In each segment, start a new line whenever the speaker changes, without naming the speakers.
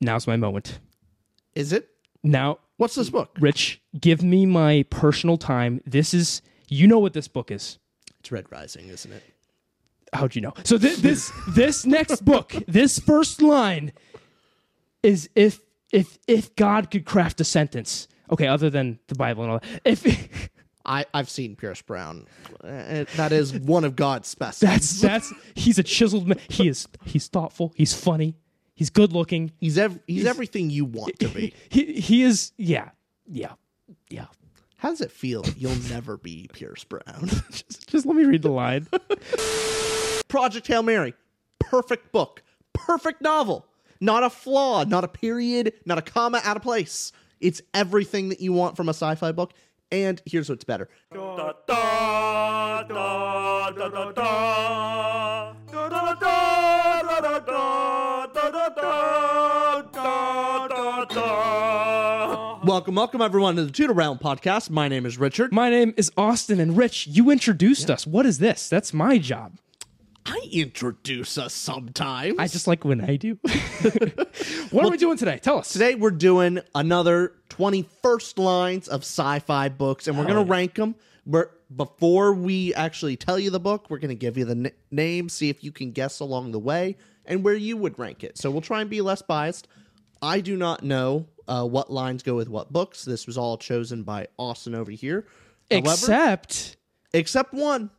Now's my moment.
Is it?
Now,
What's this book?
Rich, give me my personal time. This is, you know what this book is.
It's Red Rising, isn't it?
How'd you know? So thi- this this next book, this first line, is if if if God could craft a sentence. Okay, other than the Bible and all that. If
I, I've seen Pierce Brown. Uh, That is one of God's specimens.
that's that's he's a chiseled man. He is he's thoughtful. He's funny. He's good looking.
he's, ev- he's everything you want to be.
He he is yeah yeah yeah.
How does it feel? You'll never be Pierce Brown.
Just let me read the line.
Project Hail Mary. Perfect book. Perfect novel. Not a flaw, not a period, not a comma out of place. It's everything that you want from a sci fi book. And here's what's better Welcome, welcome everyone to the Tutor Round podcast. My name is Richard.
My name is Austin and Rich. You introduced us. What is this? That's my job.
I introduce us sometimes.
I just like when I do. what are we doing today? Tell us.
Today we're doing another 21st lines of sci-fi books and we're going to 'em. rank them. We're, before we actually tell you the book, we're going to give you the n- name, see if you can guess along the way and where you would rank it. So we'll try and be less biased. I do not know uh, what lines go with what books. This was all chosen by Austin over here. However-
Except
except one.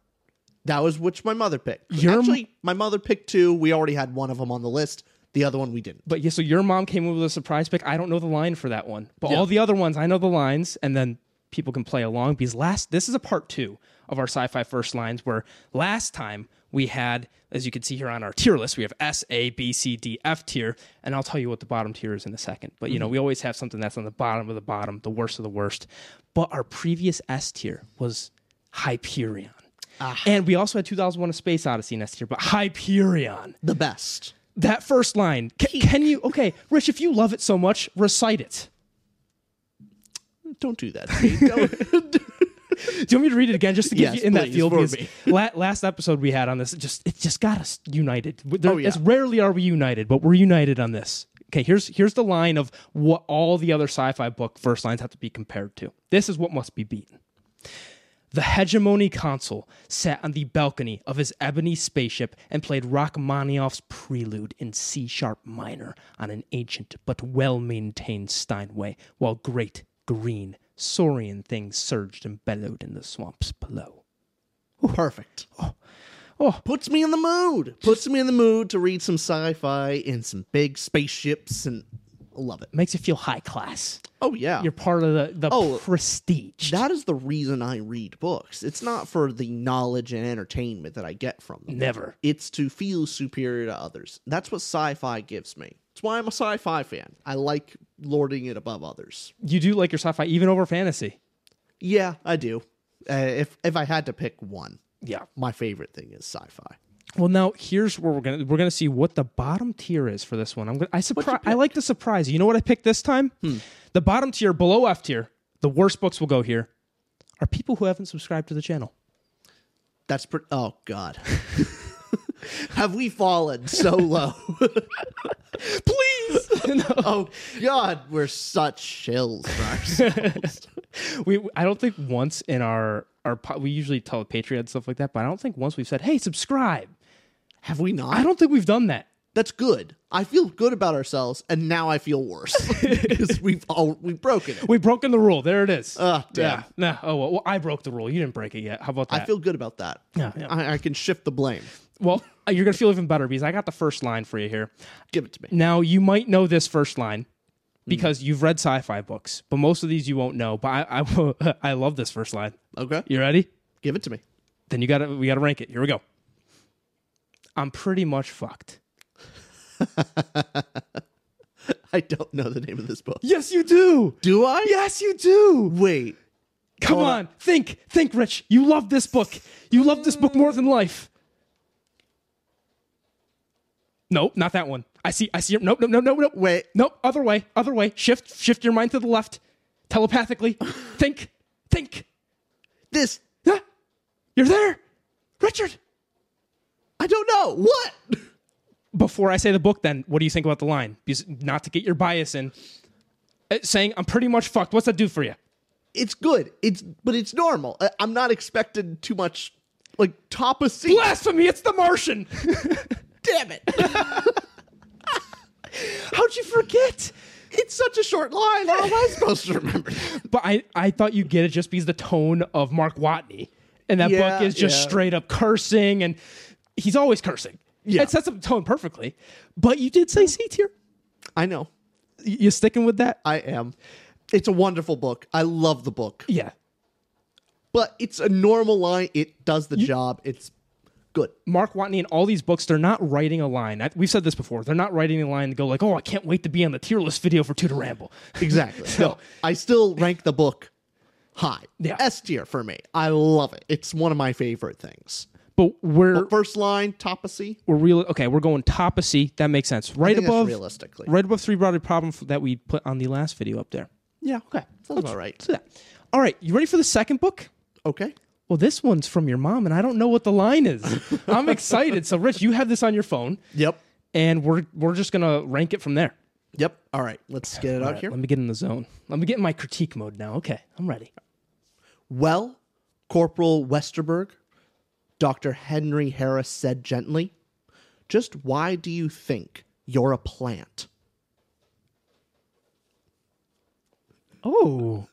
That was which my mother picked.
Your-
Actually, my mother picked two. We already had one of them on the list. The other one we didn't.
But yeah, so your mom came up with a surprise pick. I don't know the line for that one, but all the other ones I know the lines, and then people can play along. Because last, this is a part two of our sci-fi first lines, where last time we had, as you can see here on our tier list, we have S, A, B, C, D, F tier, and I'll tell you what the bottom tier is in a second. But you know, we always have something that's on the bottom of the bottom, the worst of the worst. But our previous S tier was Hyperion. And we also had 2001: A Space Odyssey in S tier, but Hyperion
The best.
that first line C- can you okay rich if you love it so much recite it
Don't do that. to me. Don't-
do you want me to read it again just to get
Yes,
you in that
please,
feel
for
Because
me.
la- last episode we had on this it just it just got us united W- there,
Oh, yeah.
as rarely are we united but we're united on this okay here's here's the line of what all the other sci-fi book first lines have to be compared to this is what must be beaten The hegemony consul sat on the balcony of his ebony spaceship and played Rachmaninoff's prelude in C sharp minor on an ancient but well maintained Steinway, while great, green, saurian things surged and bellowed in the swamps below.
Perfect. Oh. Puts me in the mood. Puts me in the mood to read some sci-fi and some big spaceships and love it.
Makes you feel high class.
Oh yeah.
You're part of the, the
Oh,
prestige.
that is the reason I read books. It's not for the knowledge and entertainment that I get from them.
Never.
It's to feel superior to others. That's what sci-fi gives me. It's why I'm a sci-fi fan. I like lording it above others.
You do like your sci fi even over fantasy.
Yeah, I do. Uh, if if I had to pick one,
Yeah.
my favorite thing is sci-fi.
Well, now here's where we're gonna we're gonna see what the bottom tier is for this one. I'm gonna I surprise I like the surprise. You know what I picked this time?
Hmm.
The bottom tier below F tier. The worst books will go here. Are people who haven't subscribed to the channel?
That's pretty. Oh God, have we fallen so low?
Please.
oh God, we're such shills for ourselves.
we I don't think once in our our po- we usually tell the Patreon and stuff like that, but I don't think once we've said hey subscribe.
have we not?
I don't think we've done that.
That's good. I feel good about ourselves, and now I feel worse because we've all we've broken it.
We've broken the rule. There it is.
Ah, damn.
Yeah. No. Oh well, well, I broke the rule. You didn't break it yet. How about that?
I feel good about that.
Yeah, yeah.
I, I can shift the blame.
well, you're gonna feel even better because I got the first line for you here.
Give it to me.
Now you might know this first line because you've read sci-fi books, but most of these you won't know. But I, I, I love this first line.
Okay,
You ready?
give it to me.
Then you gotta we gotta rank it. Here we go. I'm pretty much fucked.
I don't know the name of this book.
Yes, you do.
Do I?
Yes, you do.
Wait.
Come
Hold
on. Think. Think, Rich. You love this book. You love this book more than life. Nope, not that one. I see. I see. your- Nope, nope, nope, nope, nope.
Wait.
Nope. Other way. Other way. Shift. Shift your mind to the left. Telepathically. think. Think.
This.
Ah, You're there. Richard.
I don't know. What?
before I say the book, then what do you think about the line? Because not to get your bias in, uh, saying I'm pretty much fucked. What's that do for you?
It's good. It's but it's normal. I, I'm not expecting too much. Like top of seat.
Blasphemy! It's The Martian.
Damn it!
How'd you forget?
it's such a short line. How am I supposed to remember? that?
But I, I thought you get it just because the tone of Mark Watney, and that
Yeah,
book is just
yeah.
straight up cursing, and he's always cursing.
Yeah.
it sets up the tone perfectly. But you did say C tier.
I know.
Y- You sticking with that?
I am. It's a wonderful book. I love the book.
yeah.
But it's a normal line. It does the job. It's good.
Mark Watney in all these books, they're not writing a line. I, we've said this before. They're not writing a line to go like, "Oh, I can't wait to be on the tier list video for Tudor Ramble."
Exactly.
So-
no, I still rank the book high.
Yeah.
S tier for me. I love it. It's one of my favorite things.
But we're
First line, top of C.
we're real. Okay, we're going top of C. That makes sense. Right
think that's
above
realistically.
Right above three broader problem f- that we put on the last video up there.
Yeah, okay. Sounds all right.
So that. All right, you ready for the second book?
Okay.
Well, this one's from your mom, and I don't know what the line is. I'm excited. So, Rich, you have this on your phone,
Yep.
and we're we're just gonna rank it from there.
Yep. All right. Let's get it out
All right,
here.
Let me get in the zone. Let me get in my critique mode now. Okay, I'm ready.
Well, Corporal Westerberg, Dr. Henry Harris said gently, just why do you think you're a plant?
Oh.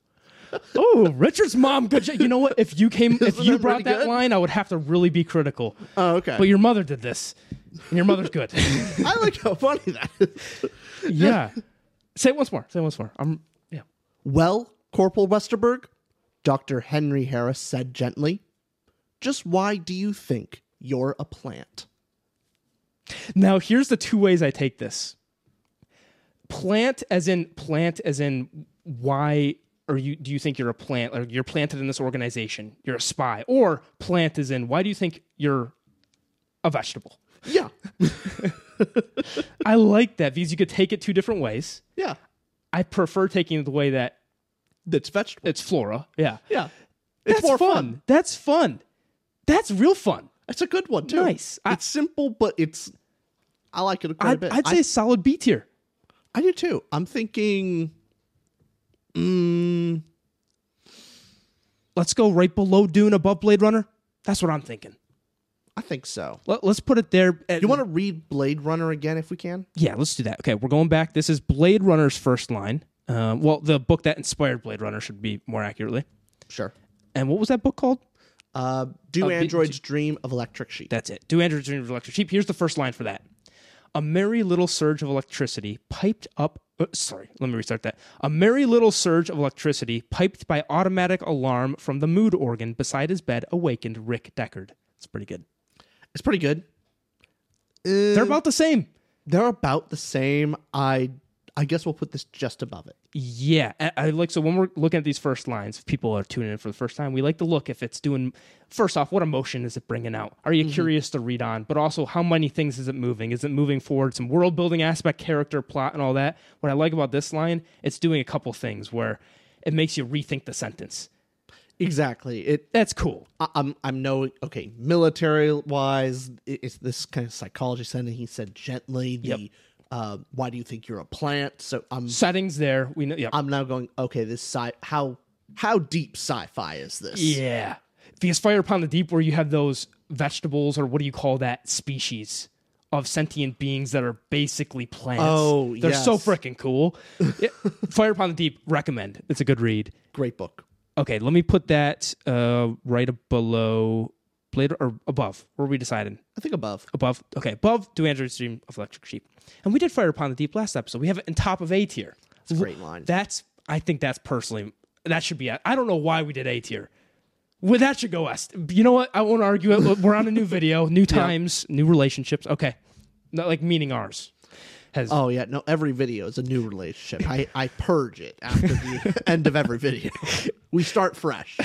Oh, Richard's mom. Good job. You know what? If you came, if
Isn't
you
that
brought
pretty
that
good?
line, I would have to really be critical.
Oh, okay.
But your mother did this, and your mother's good.
I like how funny that is.
yeah. Say it once more. Say it once more. I'm. Yeah.
Well, Corporal Westerberg, Dr. Henry Harris said gently, just why do you think you're a plant?
Now here's the two ways I take this. Plant, as in plant, as in why are you? Do you think you're a plant? Or you're planted in this organization? You're a spy, or plant, as in why do you think you're a vegetable?
Yeah.
I like that because you could take it two different ways.
Yeah.
I prefer taking it the way that
That's vegetable.
it's flora. Yeah.
Yeah.
That's
It's more
fun.
fun.
That's fun. That's real fun.
That's a good one, too.
Nice. I-
it's simple, but it's. I like it quite a
I'd,
bit.
I'd
I-
say solid B tier.
I do too. I'm thinking. Mm,
Let's go right below Dune, above Blade Runner. That's what I'm thinking.
I think so.
Let, us put it there.
You want to read Blade Runner again if we can?
Yeah, let's do that. Okay, we're going back. This is Blade Runner's first line. Um, well, the book that inspired Blade Runner should be more accurately.
Sure.
And what was that book called?
Uh, do
bit-
androids dream of electric sheep?
That's it. Do androids dream of electric sheep? Here's the first line for that. A merry little surge of electricity piped up. uh, sorry, let me restart that. A merry little surge of electricity piped by automatic alarm from the mood organ beside his bed awakened Rick Deckard. It's pretty good.
it's pretty good.
They're about the same.
They're about the same. I I guess we'll put this just above it.
Yeah, I, I like so when we're looking at these first lines, if people are tuning in for the first time, we like to look if it's doing. First off, what emotion is it bringing out? Are you curious to read on? But also, how many things is it moving? Is it moving forward some world building aspect, character, plot, and all that? What I like about this line, it's doing a couple things where it makes you rethink the sentence.
Exactly. It.
That's cool.
I, I'm. I'm no. Okay. Military wise, i- it's this kind of psychology sentence. He said gently. The. Uh, why do you think you're a plant? So I'm.
Settings there, we know. Yeah,
I'm now going. Okay. This sci. How. How deep sci-fi is this?
yeah. Because Fire Upon the Deep, where you have those vegetables or what do you call that species of sentient beings that are basically plants.
Oh,
they're so
yes.
freaking cool. Yeah, Fire Upon the Deep, recommend. It's a good read.
Great book.
Okay, let me put that uh, right below Blade or above. Where are we deciding?
I think above.
Above. Okay, above. Do Androids Dream of Electric Sheep? And we did Fire Upon the Deep last episode. We have it in top of A tier.
It's a great line.
That's I think that's personally that should be. I I don't know why we did A tier. Well, that should go S. You know what? I won't argue it. We're on a new video, new times, new relationships. Okay, not like meaning ours. has
Oh yeah, no. Every video is a new relationship. I, I purge it after the end of every video. We start fresh.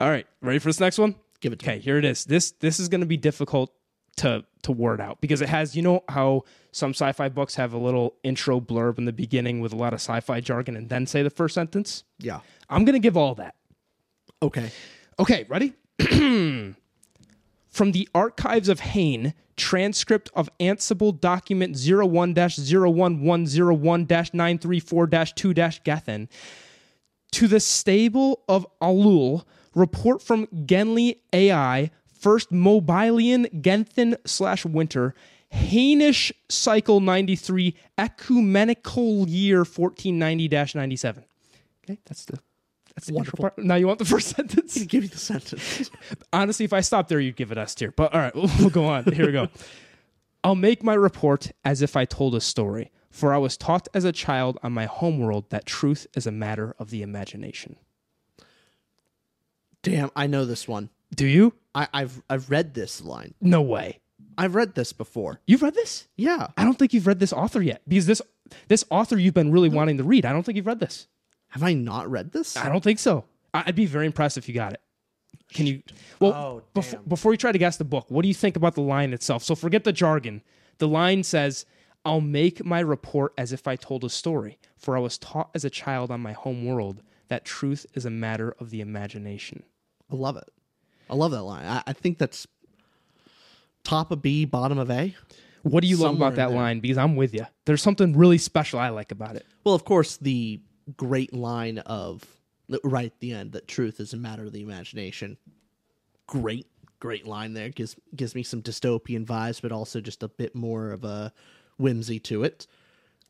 All right, ready for this next one?
Give it to
Okay, here it is. This this is going to be difficult to to word out because it has you know how some sci-fi books have a little intro blurb in the beginning with a lot of sci-fi jargon and then say the first sentence.
Yeah.
I'm going to give all that.
Okay.
Okay, ready? From the archives of Hain, transcript of Ansible document 01 01101 934 2 Gethin, to the stable of Alul, report from Genli AI, first Mobilian Genthin slash winter, Hainish cycle 93, ecumenical year 1490 97. Okay, that's the. That's the intro part. Now you want the first sentence?
Give you the sentence.
honestly, if I stopped there, you'd give it us tier. But all right, we'll go on. Here we go. I'll make my report as if I told a story, for I was taught as a child on my homeworld that truth is a matter of the imagination.
Damn, I know this one.
Do you?
I, I've I've read this line.
No way.
I've read this before.
You've read this?
Yeah.
I don't think you've read this author yet, because this this author you've been really wanting to read. I don't think you've read this.
Have I not read this?
I don't think so. I- I'd be very impressed if you got it. Can you? Well,
Oh,
before, before you try to guess the book, what do you think about the line itself? So forget the jargon. The line says, "I'll make my report as if I told a story, for I was taught as a child on my home world that truth is a matter of the imagination."
I love it. I love that line. I, I think that's top of B, bottom of A.
What do you
Somewhere
love about that
in there.
line? Because I'm with you. There's something really special I like about it.
Well, of course, the great line of right at the end that truth is a matter of the imagination. Great, great line there. Gives gives me some dystopian vibes, but also just a bit more of a whimsy to it.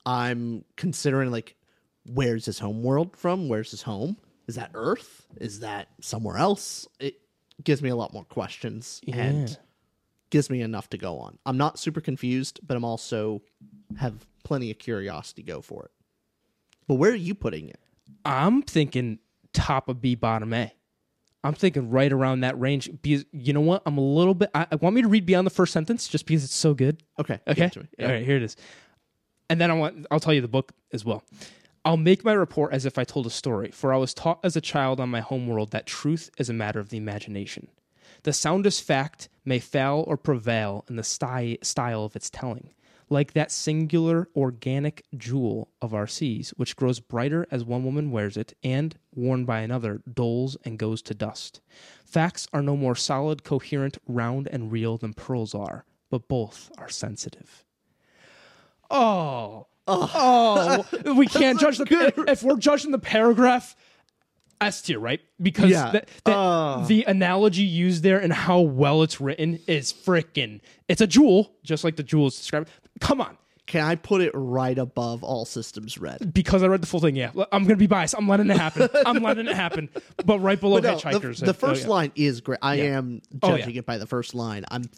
I'm considering like where's his home world from? Where's his home? Is that Earth? Is that somewhere else? It gives me a lot more questions and gives me enough to go on. I'm not super confused, but I'm also have plenty of curiosity go for it. But where are you putting it?
I'm thinking top of B, bottom A. I'm thinking right around that range. Because you know what? I'm a little bit. I, I want me to read beyond the first sentence just because it's so good.
Okay. give
Okay.
it to me.
All right. Here it is. And then I want. I'll tell you the book as well. I'll make my report as if I told a story, for I was taught as a child on my homeworld that truth is a matter of the imagination. The soundest fact may fail or prevail in the sty- style of its telling, like that singular organic jewel of our seas, which grows brighter as one woman wears it, and, worn by another, dulls and goes to dust. Facts are no more solid, coherent, round, and real than pearls are, but both are sensitive. Oh. Oh, we can't judge the if, if we're judging the paragraph S tier, right? Because
Yeah. Oh.
the, the, the analogy used there and how well it's written is freaking. It's a jewel, just like the jewel is described. Come on,
Can I put it right above all systems red?
because I read the full thing. Yeah, I'm gonna be biased. I'm letting it happen. I'm letting it happen. But right below
No, the,
hitchhikers,
the
and- oh,
first
yeah.
line is great. I am
Oh,
judging it by the first line. I'm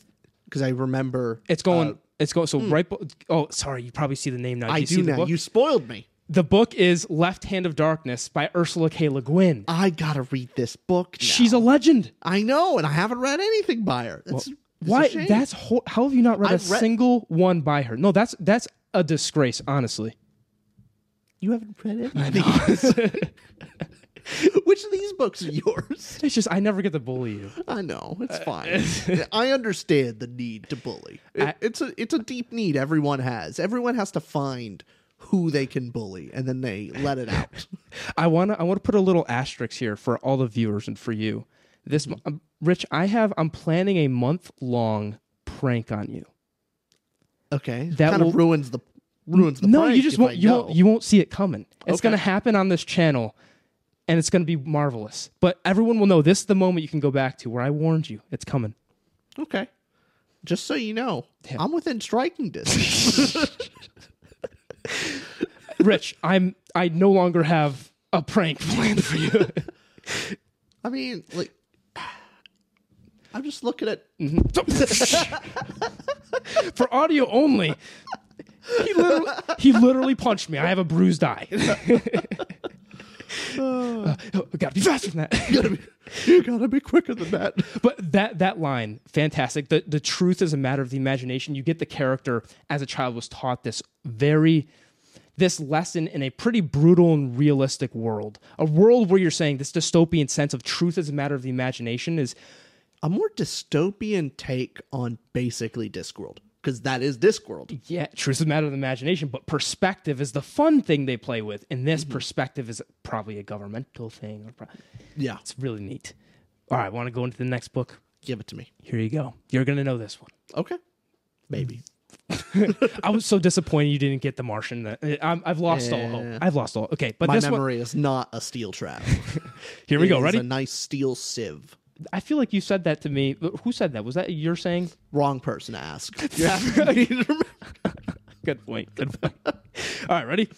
because I remember
it's going. it's going. So right. Be- oh, sorry. You probably see the name now.
uh, hmm. I
you see
do
the
now.
Book?
You spoiled me.
the book is Left Hand of Darkness by Ursula K. Le Guin.
I gotta read this book. Now.
She's a legend.
I know, and I haven't read anything by her. That's it's a
Why?
shame.
That's ho- how have you not read a
I've read-
single one by her? No, that's that's a disgrace, honestly.
you haven't read it. Which of these books are yours?
It's just I never get to bully you.
I know it's fine. I understand the need to bully. It-
I-
it's a it's a deep need everyone has. Everyone has to find who they can bully, and then they let it out.
I wanna I wanna put a little asterisk here for all the viewers and for you. This mo- um, Rich, I have I'm planning a month long prank on you.
Okay,
That
that kind
will-
of ruins the ruins the.
no,
prank
you just
if I
won't you
know.
won't you won't see it coming. It's
Okay.
gonna happen on this channel, and it's gonna be marvelous. But everyone will know this is the moment you can go back to where I warned you. It's coming.
Okay, just so you know, I'm within striking distance.
Rich, I'm I no longer have a prank planned for you.
I mean, like, I'm just looking at.
Mm-hmm. for audio only. He literally, he literally punched me. I have a bruised eye. Uh, gotta be faster than that.
You gotta be, you gotta be quicker than that.
But that that line, fantastic. The the truth is a matter of the imagination. You get the character as a child was taught this very this lesson in a pretty brutal and realistic world. A world where you're saying this dystopian sense of truth is a matter of the imagination is
A more dystopian take on basically Discworld because that is Discworld.
yeah, truth is a matter of the imagination, but perspective is the fun thing they play with. And this
Mm-hmm.
perspective is probably a governmental thing. or pro-
Yeah,
It's really neat. All right, want to go into the next book?
give it to me.
Here you go. You're going to know this one.
Okay,
Mm-hmm.
maybe.
I was so disappointed you didn't get the Martian. That I'm, I've lost all hope. I've lost all. Okay, but
My
this
memory is not a steel trap.
one. Here we go.
It is
Ready?
A nice steel sieve.
I feel like you said that to me. Who said that? Was that you're saying?
Wrong person to ask. You're asking me to remember.
Good point. Good point. all right, ready.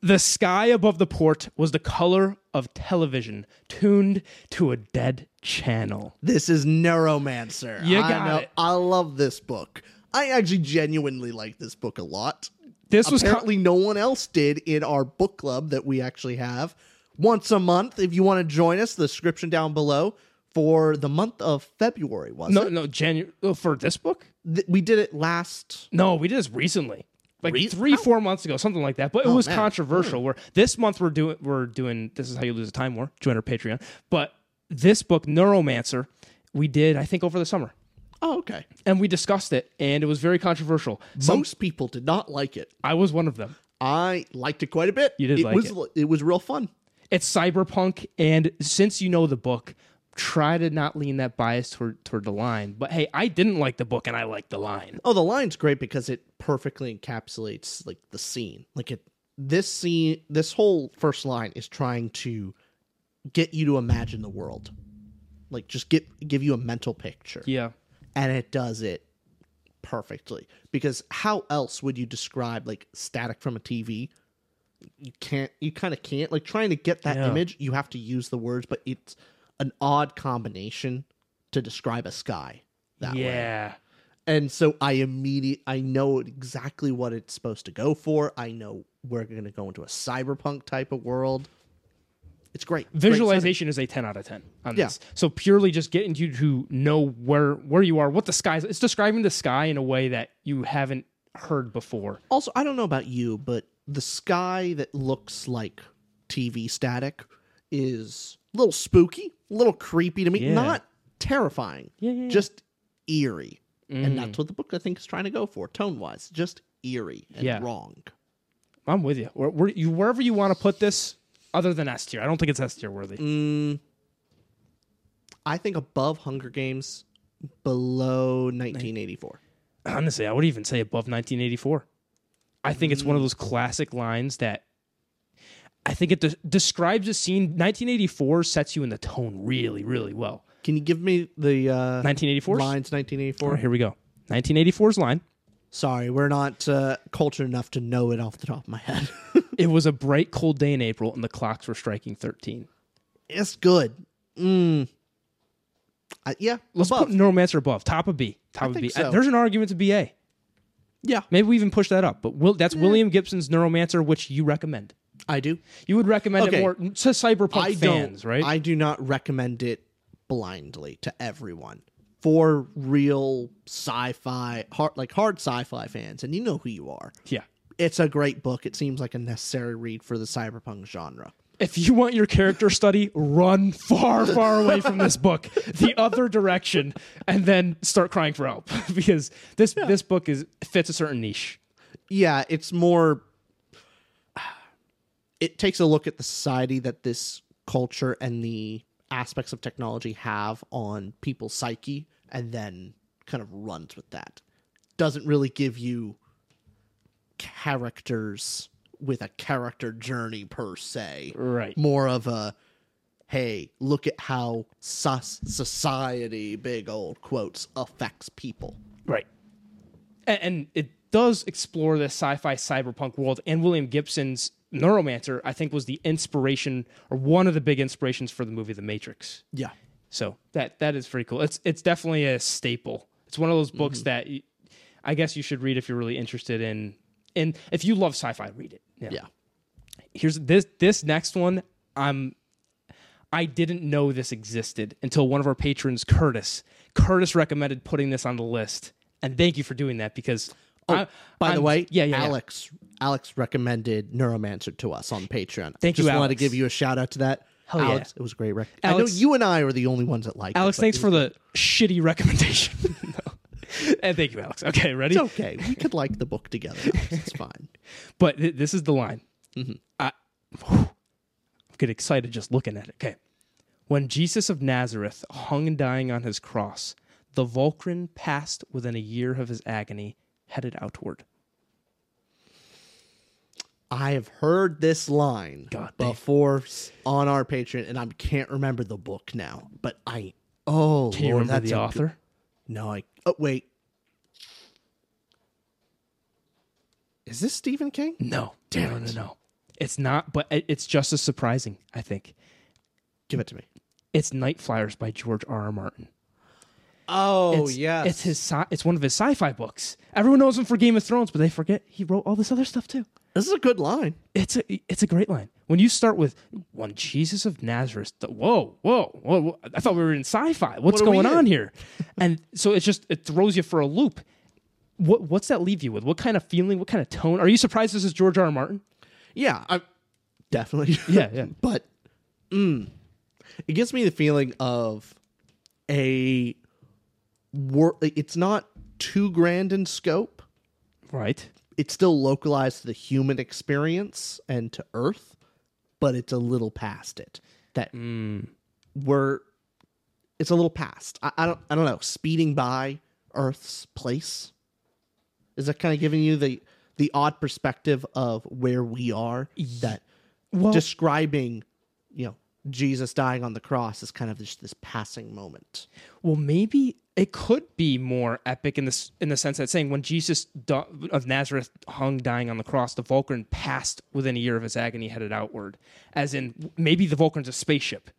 The sky above the port was the color of television, tuned to a dead channel.
This is Neuromancer.
You
I
got it.
I love this book. I actually genuinely like this book a lot.
This was co-
Apparently, no one else did in our book club that we actually have once a month. If you want to join us, the description down below for the month of February was
no,
it?
no, January for this book.
Th- we did it last.
No, we did this recently, like
Re- oh.
three, four months ago, something like that. But it was
man. Hmm.
controversial. Where this month we're doing, we're doing. This is how you lose a time war. Join our Patreon. But this book, Neuromancer, we did I think over the summer,
Oh, okay.
and we discussed it, and it was very controversial. Some
Most people did not like it.
I was one of them.
I liked it quite a bit.
You did
it
like
was,
it.
li- It was real fun.
It's cyberpunk, and since you know the book. Try to not lean that bias toward toward the line, but hey, I didn't like the book, and I like the line.
Oh, the line's great because it perfectly encapsulates like the scene. Like it this scene this whole first line is trying to get you to imagine the world. Like just get give you a mental picture.
Yeah,
And it does it perfectly. Because how else would you describe like static from a TV? You can't you kind of can't like trying to get that
Yeah.
image, you have to use the words, but it's an odd combination to describe a sky that way
yeah.
and so I immediate I know exactly what it's supposed to go for. I know we're going to go into a cyberpunk type of world. It's great. It's great
visualization is a 10 out of 10 on
Yeah.
this so purely just getting you to know where where you are what the sky is it's describing the sky in a way that you haven't heard before
setting. Also, I don't know about you, but the sky that looks like TV static is a little spooky, a little creepy to me.
Yeah.
Not terrifying.
yeah, Mm. yeah.
Just eerie. And that's what the book I think is trying to go for, tone wise. Just eerie and
Yeah.
wrong.
i'm with you, where, where you wherever you want to put this other than s tier i don't think it's s tier worthy
I think above Hunger Games, below 1984.
honestly i would even say above 1984 i think it's one
Mm.
of those classic lines that i think it de- describes a scene 1984 sets you in the tone really really well
Can you give me the uh,
1984 's?
lines? 1984.
All right, here we go 1984's line
Sorry, we're not uh, cultured enough to know it off the top of my head.
It was a bright, cold day in April, and the clocks were striking 13.
it's good. Mm. I, yeah,
Let's
above.
put Neuromancer above, top of B, top of
think
B.
so.
There's an argument to be A.
yeah,
Maybe we even push that up, but will, that's William Gibson's Neuromancer, which you recommend.
I do.
You would recommend it
Okay.
more to cyberpunk
I
fans,
don't.
right?
I do not recommend it blindly to everyone. For real sci-fi, hard like hard sci-fi fans, and you know who you are.
yeah.
It's a great book. It seems like a necessary read for the cyberpunk genre.
If you want your character study, run far, far away from this book, the other direction, and then start crying for help because this this book is fits a certain niche.
yeah, it's more. It takes a look at the society that this culture and the aspects of technology have on people's psyche, and then kind of runs with that. Doesn't really give you characters with a character journey per se.
Right.
More of a hey, look at how sus- society, big old quotes, affects people.
Right. And, and it does explore the sci-fi cyberpunk world. And William Gibson's Neuromancer, I think, was the inspiration or one of the big inspirations for the movie The Matrix.
Yeah.
So that that is pretty cool. It's it's definitely a staple. It's one of those books
Mm-hmm.
that y- I guess you should read if you're really interested in. And if you love sci-fi, read it.
Yeah.
Here's this this next one. I'm I didn't know this existed until one of our patrons, Curtis. Curtis recommended putting this on the list, and thank you for doing that because. I-
Oh, By the
I'm-
way,
yeah, yeah, yeah.
Alex Alex recommended Neuromancer to us on Patreon.
Thank you,
Just wanted to
Alex.
give you a shout out to that.
Hell yeah.
Alex, it was a great. Rec- I
Alex-
know you and I were the only ones that liked
Alex,
it.
thanks for the shitty recommendation. No. And thank you, Alex. Okay, ready?
It's okay. We could like the book together. Alex. It's fine.
But th- this is the line. I, I get excited just looking at it. Okay. When Jesus of Nazareth hung and dying on his cross, the Vulcan passed within a year of his agony, headed outward.
I have heard this line
God damn.
before s- on our Patreon, and I can't remember the book now. But I oh,
Can you
Lord,
remember
that's
the
a
author?
good- no, I oh wait, is this Stephen King?
No. Damn no, no, no. It's not, but it- it's just as surprising, I think.
Give it to me.
It's Night Flyers by George R. R. Martin.
Oh
it's,
yes,
It's his sci- it's one of his sci-fi books. Everyone knows him for Game of Thrones, but they forget he wrote all this other stuff too.
This is a good line.
It's a it's a great line. When you start with when Jesus of Nazareth, the, whoa, whoa, whoa, whoa, I thought we were in sci-fi. What's
What are we
going on
in?
here? and so it's just it throws you for a loop. What what's that leave you with? What kind of feeling? What kind of tone? Are you surprised this is George R. R. Martin?
Yeah, I definitely.
Yeah, yeah.
but mm, it gives me the feeling of a wor- It's not too grand in scope.
Right.
It's still localized to the human experience and to Earth, but it's a little past it. That we're. It's a little past. I, I don't. I don't know. Speeding by Earth's place. Is that kind of giving you the the odd perspective of where we are? That
Well,
describing, you know, Jesus dying on the cross is kind of just this passing moment.
well, maybe it could be more epic in this in the sense that saying when Jesus di- of Nazareth hung dying on the cross, the Vulcan passed within a year of his agony, headed outward. As in, maybe the Vulcan's a spaceship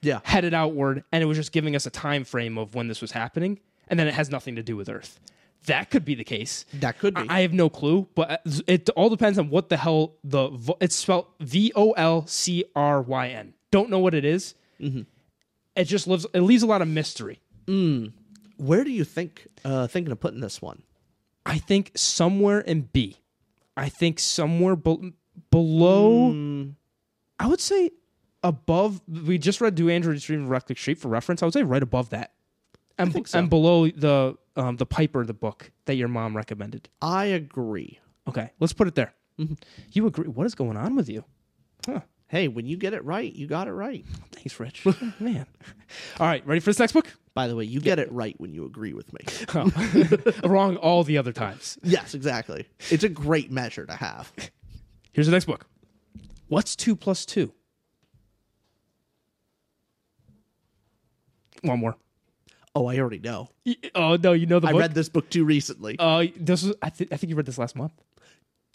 Yeah.
headed outward, and it was just giving us a time frame of when this was happening, and then it has nothing to do with Earth. That could be the case.
That could be.
I I have no clue, but uh, it all depends on what the hell the vo- it's spelled V O L C R Y N. Don't know what it is.
Mm-hmm.
It just lives. It leaves a lot of mystery.
Where do you think uh thinking of putting this one?
I think somewhere in B. I think somewhere bel below. I would say above. We just read "Do Androids Dream of Reckless Street" for reference. I would say right above that, and, be- and below the um, the Piper, the book that your mom recommended.
I agree.
Okay, let's put it there. You agree? What is going on with you? Huh.
Hey, when you get it right, you got it right.
Thanks, Rich. Man. All right, ready for this next book?
By the way, you get it right when you agree with me.
Oh. Wrong all the other times.
yes, exactly. It's a great measure to have.
Here's the next book. What's two plus two? One more.
Oh, I already know.
Y- Oh no, you know the
I
book.
read this book too recently.
uh, this was I, th- I think you read this last month.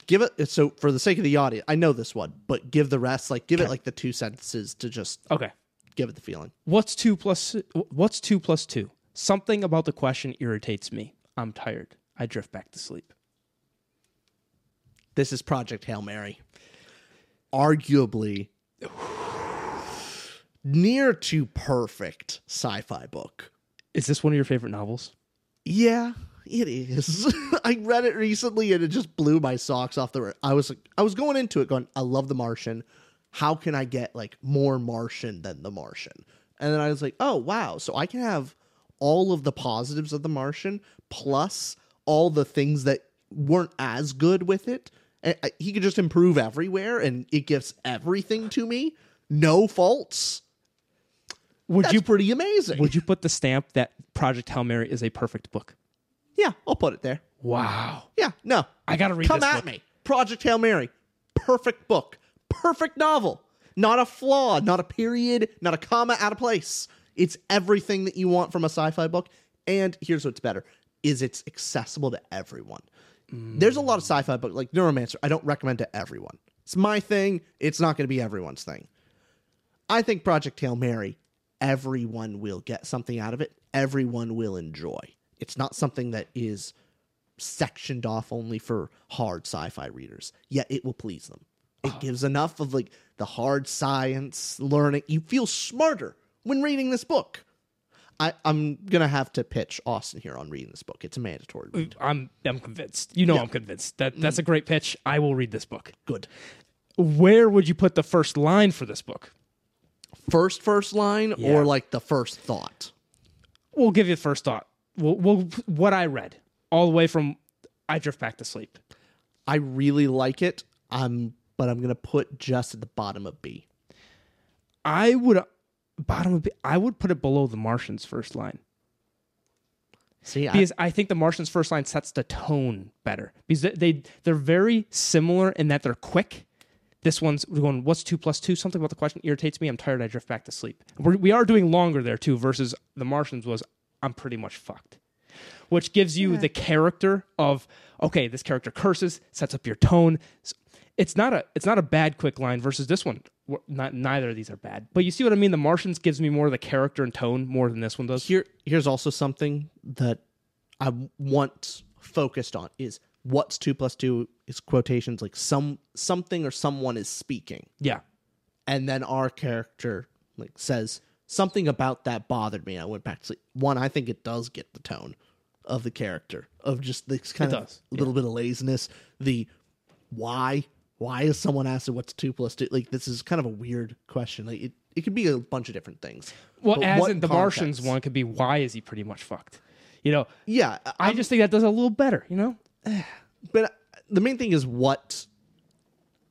give it so for the sake of the audience, I know this one, but give the rest like give it like the two sentences to just
Okay.
give it the feeling.
What's two plus? What's two plus two? Something about the question irritates me. I'm tired. I drift back to sleep.
This is Project Hail Mary. Arguably near to perfect sci fi book.
Is this one of your favorite novels?
Yeah, it is. I read it recently and it just blew my socks off the ro- I was like I was going into it going, I love the Martian. How can I get like more Martian than the Martian? And then I was like, oh wow, so I can have all of the positives of the Martian plus all the things that weren't as good with it. And I- he could just improve everywhere and it gives everything to me. No faults.
Would
That's
you
pretty amazing.
would you put the stamp that Project Hail Mary is a perfect book?
yeah, I'll put it there.
Wow.
Yeah, no.
I gotta read
Come
this
at
book.
me. Project Hail Mary. Perfect book. Perfect novel. Not a flaw, not a period, not a comma out of place. It's everything that you want from a sci-fi book. And here's what's better is it's accessible to everyone. There's a lot of sci-fi books like Neuromancer. I don't recommend to everyone. It's my thing. It's not going to be everyone's thing. I think Project Hail Mary, everyone will get something out of it. Everyone will enjoy. It's not something that is sectioned off only for hard sci fi readers, yet it will please them. It gives enough of like the hard science learning. You feel smarter when reading this book. I, I'm gonna have to pitch Austin here on reading this book. It's a mandatory. read.
I'm I'm convinced. You know I'm convinced. That that's a great pitch. I will read this book.
Good.
Where would you put the first line for this book?
First, first line
Yeah.
or like the first thought.
We'll give you the first thought. We'll, we'll what I read all the way from I drift back to sleep.
I really like it. I'm, but I'm gonna put just at the bottom of B.
I would bottom of I would put it below the Martian's first line.
See, I,
because I think the Martian's first line sets the tone better because they, they they're very similar in that they're quick. This one's going. What's two plus two? Something about the question irritates me. I'm tired. I drift back to sleep. We're, we are doing longer there too. Versus the Martians was I'm pretty much fucked, which gives you the character of okay. This character curses, sets up your tone. S- It's not a it's not a bad quick line versus this one. We're- Not neither of these are bad, but you see what I mean. The Martians gives me more of the character and tone more than this one does.
here here's also something that I want focused on is what's two plus two is quotations like some something or someone is speaking,
Yeah,
and then our character like says something about that bothered me. I went back to sleep. One, I think it does get the tone of the character of just this kind of
does,
little bit of laziness. The why why is someone asking what's two plus two? Like this is kind of a weird question. Like it. It could be a bunch of different things.
Well,
But
as
what
in the Martians
context?
one could be, why is he pretty much fucked? You know,
Yeah,
I just think that does a little better. You know,
but uh, the main thing is what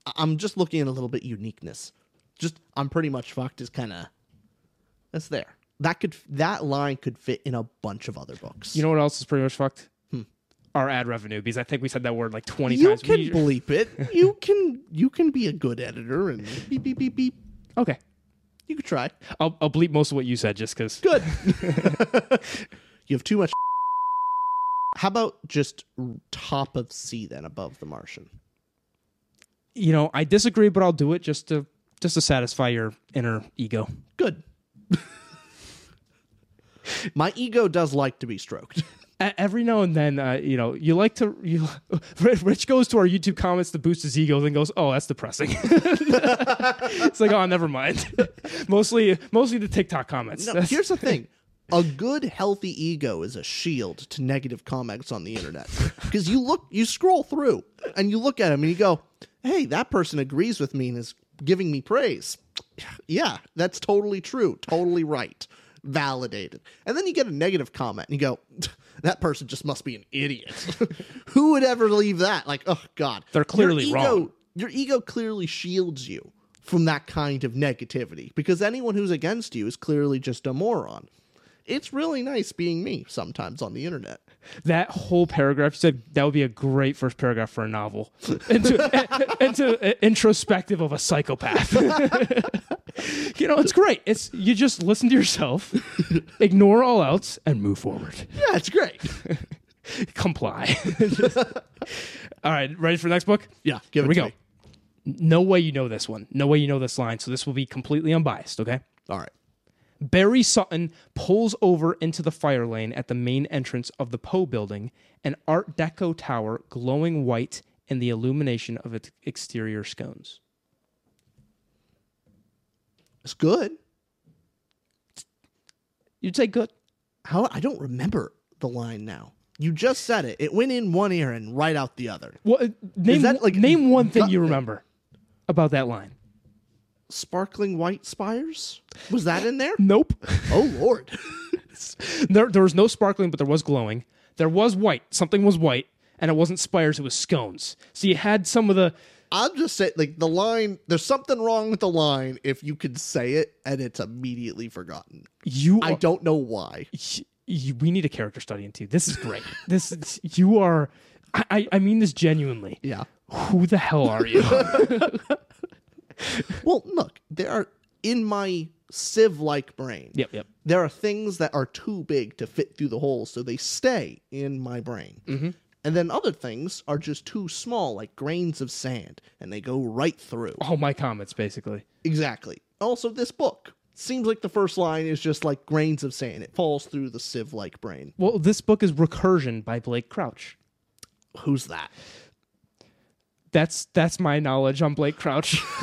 I- I'm just looking at a little bit uniqueness. Just I'm pretty much fucked is kind of that's there. That could that line could fit in a bunch of other books.
you know what else is pretty much fucked? Our ad revenue, because I think we said that word like twenty
Hmm. you
times.
can
We-
bleep it. You can you can be a good editor and beep beep beep beep.
okay,
You could try.
I'll, I'll bleep most of what you said just because.
Good. you have too much. How about just top of C then above the Martian?
You know, I disagree, but I'll do it just to just to satisfy your inner ego.
Good. My ego does like to be stroked.
E- Every now and then, uh, you know, you like to. You, Rich goes to our YouTube comments to boost his ego, then goes, "Oh, that's depressing." it's like, "Oh, never mind." mostly, mostly the TikTok comments.
No,
That's-
here's the thing. A good healthy ego is a shield to negative comments on the internet. Because you look you scroll through and you look at them and you go, Hey, that person agrees with me and is giving me praise. Yeah, that's totally true. Totally right. Validated. And then you get a negative comment and you go, That person just must be an idiot. Who would ever leave that? Like, oh God.
They're
Your
clearly
ego-
wrong.
your ego clearly shields you from that kind of negativity because anyone who's against you is clearly just a moron. It's really nice being me sometimes on the internet.
that whole paragraph you said that would be a great first paragraph for a novel into into uh, introspective of a psychopath you know it's great it's you just listen to yourself ignore all else and move forward
Yeah, it's great.
comply all right ready for the next book
Yeah,
here
give it
we
to
go
me.
no way you know this one no way you know this line so this will be completely unbiased okay
All right.
Barry Sutton pulls over into the fire lane at the main entrance of the Poe building, an Art Deco tower glowing white in the illumination of its exterior scones.
It's good.
You'd say good.
How I don't remember the line now. You just said it. It went in one ear and right out the other.
Well, uh, name,
that, like,
name one thing
gut-
you remember about that line.
Sparkling white spires? Was that in there?
Nope.
Oh lord.
there, there was no sparkling, but there was glowing. There was white. Something was white, and it wasn't spires, it was scones. So you had some of the.
I'm just saying like the line there's something wrong with the line if you can say it and it's immediately forgotten.
You
I
are-
don't know why.
y- y- we need a character study into you. This is great. this is, you are. I- I, I mean this genuinely.
Yeah.
Who the hell are you?
Well, look, there are in my sieve-like brain.
yep, yep.
There are things that are too big to fit through the holes, so they stay in my brain. Mm-hmm. And then other things are just too small, like grains of sand, and they go right through.
All my comments, basically.
Exactly. Also, this book seems like the first line is just like grains of sand. It falls through the sieve-like brain.
Well, this book is Recursion by Blake Crouch.
Who's that?
That's that's my knowledge on Blake Crouch.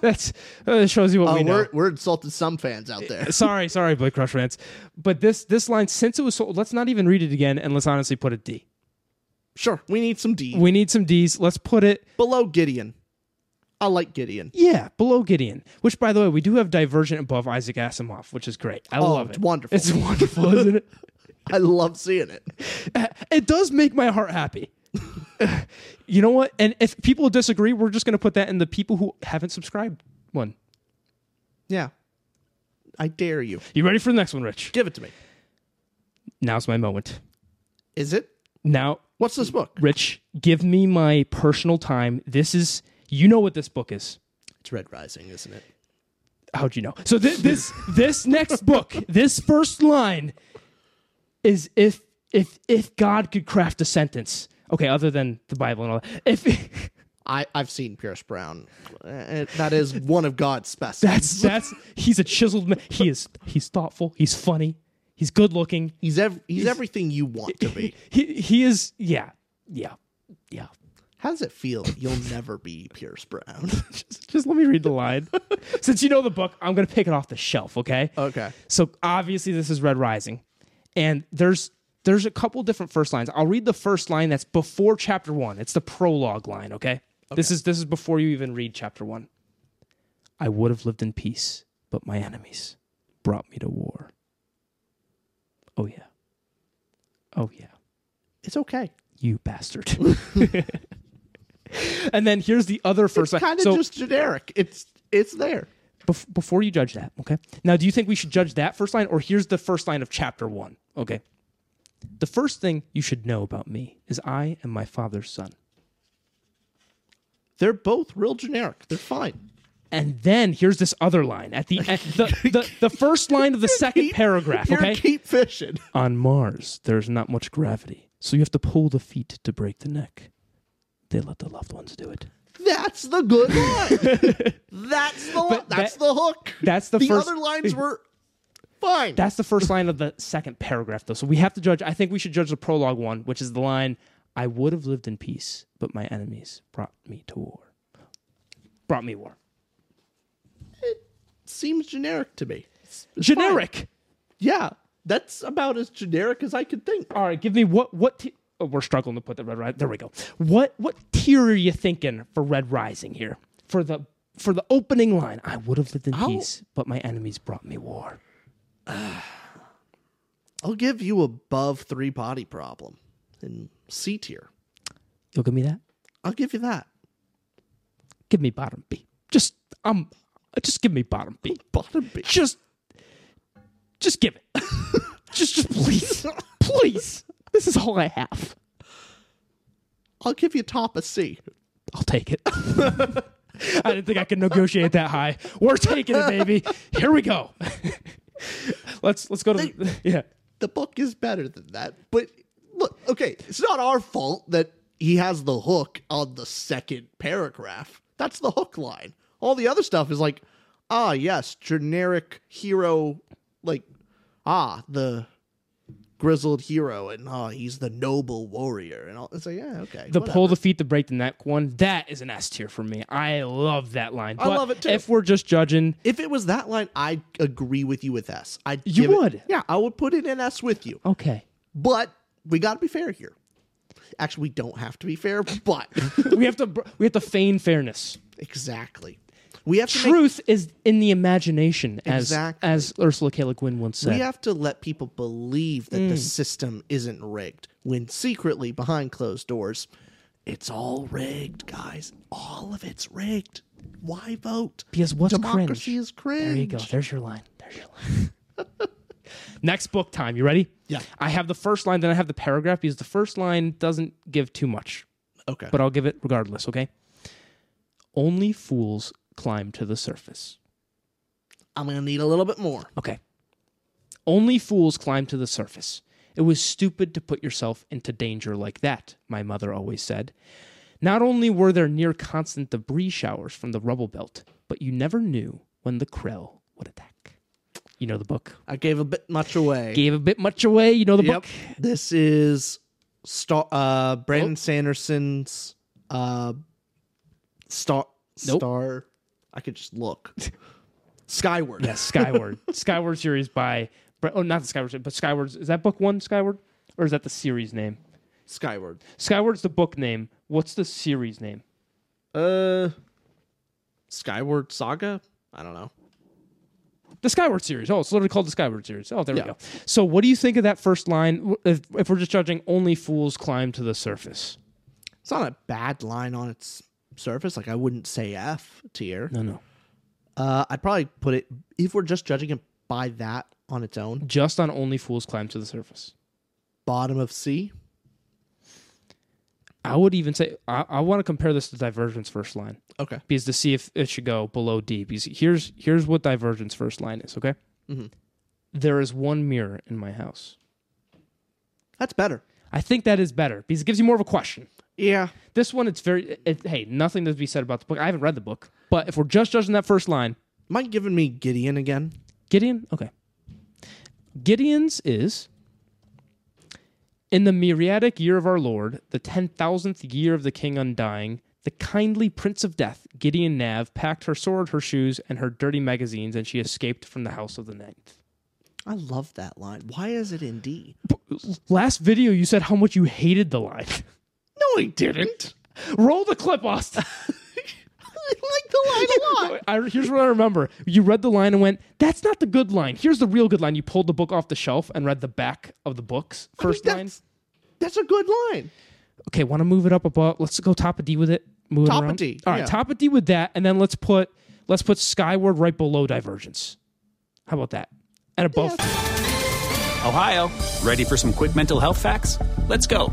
that's uh, shows you what
Uh,
we
we
know.
are we're insulted some fans out there.
sorry, sorry, Blake Crouch rants. But this this line, since it was sold, let's not even read it again, and let's honestly put a D.
Sure, we need some D
We need some D's. Let's put it
below Gideon. I like Gideon.
Yeah, below Gideon. Which, by the way, we do have Divergent above Isaac Asimov, which is great. I
Oh,
love it.
it's wonderful.
It's wonderful, isn't it?
I love seeing it.
It does make my heart happy. you know what? And if people disagree, we're just going to put that in the people who haven't subscribed one.
Yeah, I dare you.
You ready for the next one, Rich?
Give it to me.
Now's my moment.
Is it?
Now,
What's this book?
Rich, give me my personal time. This is, you know what this book is.
It's Red Rising, isn't it?
How'd you know? So thi- this this next book, this first line, is if if if God could craft a sentence. Okay, other than the Bible and all that. If
I I've seen Pierce Brown. Uh, That is one of God's specimens.
that's that's he's a chiseled man. He is he's thoughtful. He's funny. He's good looking.
he's ev- he's everything you want to be.
He he is yeah yeah yeah.
How does it feel? You'll never be Pierce Brown.
Just, just let me read the line. Since you know the book, I'm gonna pick it off the shelf. Okay.
okay.
So obviously this is Red Rising, and there's there's a couple different first lines. I'll read the first line that's before chapter one. It's the prologue line. Okay, this is this is before you even read chapter one. I would have lived in peace, but my enemies brought me to war. Oh yeah. Oh yeah
It's okay.
you bastard. and then here's the other first line.
Kind of
so
just generic. It's it's there.
bef- before you judge that, okay? Now, do you think we should judge that first line, or here's the first line of chapter one? Okay. The first thing you should know about me is I am my father's son.
They're both real generic. They're fine.
And then here's this other line at the end, the, the, the first line of the second
Keep-
paragraph,
you're
okay?
Keep fishing.
On Mars, there's not much gravity, so you have to pull the feet to break the neck. They let the loved ones do it.
That's the good line. that's the li-
But
that's
that-
the hook.
that's the first-
other lines were fine.
That's the first line of the second paragraph, though. So we have to judge. I think we should judge the prologue one, which is the line I would have lived in peace, but my enemies brought me to war. Brought me war.
Seems generic to me.
Generic.
Yeah, that's about as generic as I could think.
All right, give me what what ti- oh, we're struggling to put the red Ri- There we go. What what tier are you thinking for Red Rising here? For the for the opening line, I would have lived in peace, but my enemies brought me war.
I'll give you above three body problem in C tier.
You'll give me that?
I'll give you that.
Give me bottom B. Just um just give me bottom B.
Bottom B.
just just give it just just please please this is all i have
I'll give you top of C.
i'll take it i didn't think i could negotiate that high we're taking it baby here we go let's let's go to the, yeah
The book is better than that. But look, okay, it's not our fault that he has the hook on the second paragraph. That's the hook line. All the other stuff is like, ah, yes, generic hero, like, ah, the grizzled hero, and ah, he's the noble warrior, and all. It's like, yeah, okay.
the
whatever.
pull the feet to break the neck one that is an s tier for me i love that line
I love it too.
if we're just judging
If it was that line, I'd agree with you with S. I'd
You
give it-
would.
yeah, I would put it in S with you.
okay
But we got to be fair here. Actually, we don't have to be fair, but
we have to br- we have to feign fairness
exactly. We have to make-
truth is in the imagination as
Exactly.
as ursula k le guin once said
we have to let people believe that the
Mm.
system isn't rigged when secretly behind closed doors it's all rigged, guys. All of it's rigged. Why vote?
Because what's
democracy
cringe?
is cringe.
There you go. There's your line. There's your line. Next book time. You ready?
Yeah.
I have the first line, then I have the paragraph because the first line doesn't give too much,
Okay.
but I'll give it regardless, okay? Only fools climb to the surface.
I'm gonna need a little bit more.
Okay. Only fools climb to the surface. It was stupid to put yourself into danger like that, my mother always said. Not only were there near constant debris showers from the rubble belt, but you never knew when the Krell would attack. You know the book.
I gave a bit much away.
Gave a bit much away. You know the
Yep.
book.
This is Star uh Brandon Sanderson's Uh, Star
Nope.
Star. I could just look. Skyward.
Yes, Skyward. Skyward series by Bre- oh, not the Skyward, series, but Skyward's is that book one Skyward, or is that the series name?
Skyward.
Skyward's the book name. What's the series name?
Uh, Skyward Saga. I don't know.
The Skyward series. Oh, it's literally called the Skyward series. Oh, there
Yeah.
we go. So, what do you think of that first line? If, if we're just judging only fools climb to the surface.
It's not a bad line on its surface. Like I wouldn't say F tier.
No, no.
Uh, I'd probably put it if we're just judging it by that on its own.
Just on only fools climb to the surface.
Bottom of C.
I would even say I, I want to compare this to Divergent's first line
Okay.
because to see if it should go below D. Because here's here's what Divergent's first line is. Okay, There is one mirror in my house.
That's better.
I think that is better because it gives you more of a question.
Yeah.
This one, it's very. It, hey, nothing to be said about the book. I haven't read the book, but if we're just judging that first line,
Mike giving me Gideon again.
Gideon. Okay, Gideon's is in the myriadic year of our Lord, the ten thousandth year of the King undying. The kindly Prince of Death, Gideon Nav, packed her sword, her shoes, and her dirty magazines, and she escaped from the house of the ninth.
I love that line. Why is it in D?
Last video, you said how much you hated the line.
No, I didn't.
Roll the clip, Austin.
I like the line a lot.
I, here's what I remember. You read the line and went, "That's not the good line." Here's the real good line. You pulled the book off the shelf and read the back of the book's first
that's-
line.
That's a good line.
Okay, want to move it up above? Let's go top of D with it. Move it
Top of
around.
D,
All right,
yeah.
top of D with that, and then let's put let's put Skyward right below Divergence. How about that? And above,
Ohio, ready for some quick mental health facts? Let's go.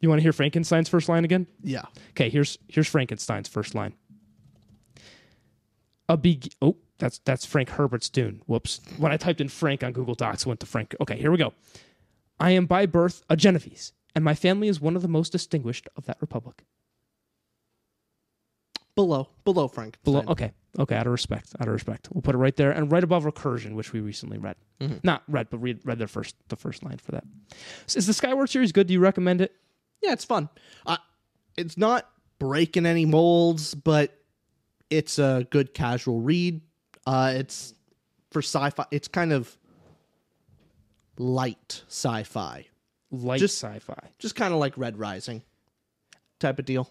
You want to hear Frankenstein's first line again?
Yeah.
Okay, here's here's Frankenstein's first line. A big oh, that's that's Frank Herbert's Dune. Whoops. When I typed in Frank on Google Docs, it went to Frank. Okay, here we go. I am by birth a Genovese, and my family is one of the most distinguished of that republic.
Below, below Frank.
Below, okay, okay, out of respect, out of respect, we'll put it right there, and right above recursion, which we recently read, not read, but read read their first the first line for that. So is the Skyward series good? Do you recommend it?
Yeah, it's fun. Uh, it's not breaking any molds, but it's a good casual read. Uh, it's for sci-fi. It's kind of light sci-fi,
Like
Just-
sci-fi.
just kind of like Red Rising type of deal.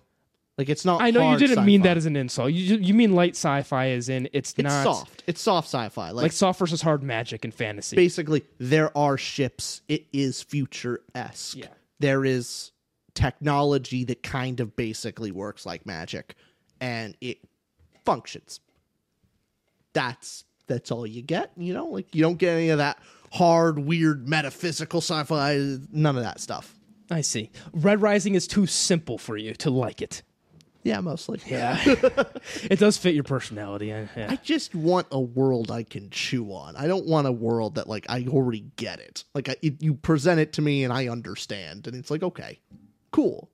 Like it's not.
I know you
hard
didn't mean
sci-fi.
that as an insult. You you mean light sci-fi as in it's,
It's
not
soft. It's soft sci-fi. Like,
like soft versus hard magic and fantasy.
basically, there are ships. It is future esque.
Yeah.
There is technology that kind of basically works like magic, and it functions. That's that's all you get. You know, like you don't get any of that hard, weird, metaphysical sci-fi. None of that stuff.
I see. Red Rising is too simple for you to like it.
Yeah, mostly.
it does fit your personality. I- yeah.
I just want a world I can chew on. I don't want a world that like I already get it. Like I, it, you present it to me and I understand, and it's like okay, cool.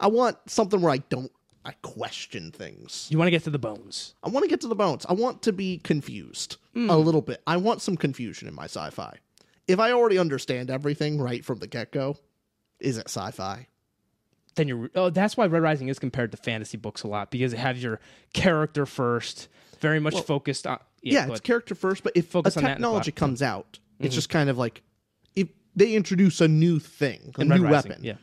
I want something where I don't I question things.
you want to get to the bones.
I want to get to the bones. I want to be confused
Hmm.
a little bit. I want some confusion in my sci-fi. If I already understand everything right from the get-go, is it sci-fi?
Then you're. Oh, that's why Red Rising is compared to fantasy books a lot because it has your character first, very much focused on.
yeah,
go
it's
ahead.
character first, but if
Focus
a
on that in the
technology
plot. Mm-hmm.
comes out, it's just kind of like if they introduce a new thing, a
In Red
new
Rising,
weapon,
Yeah,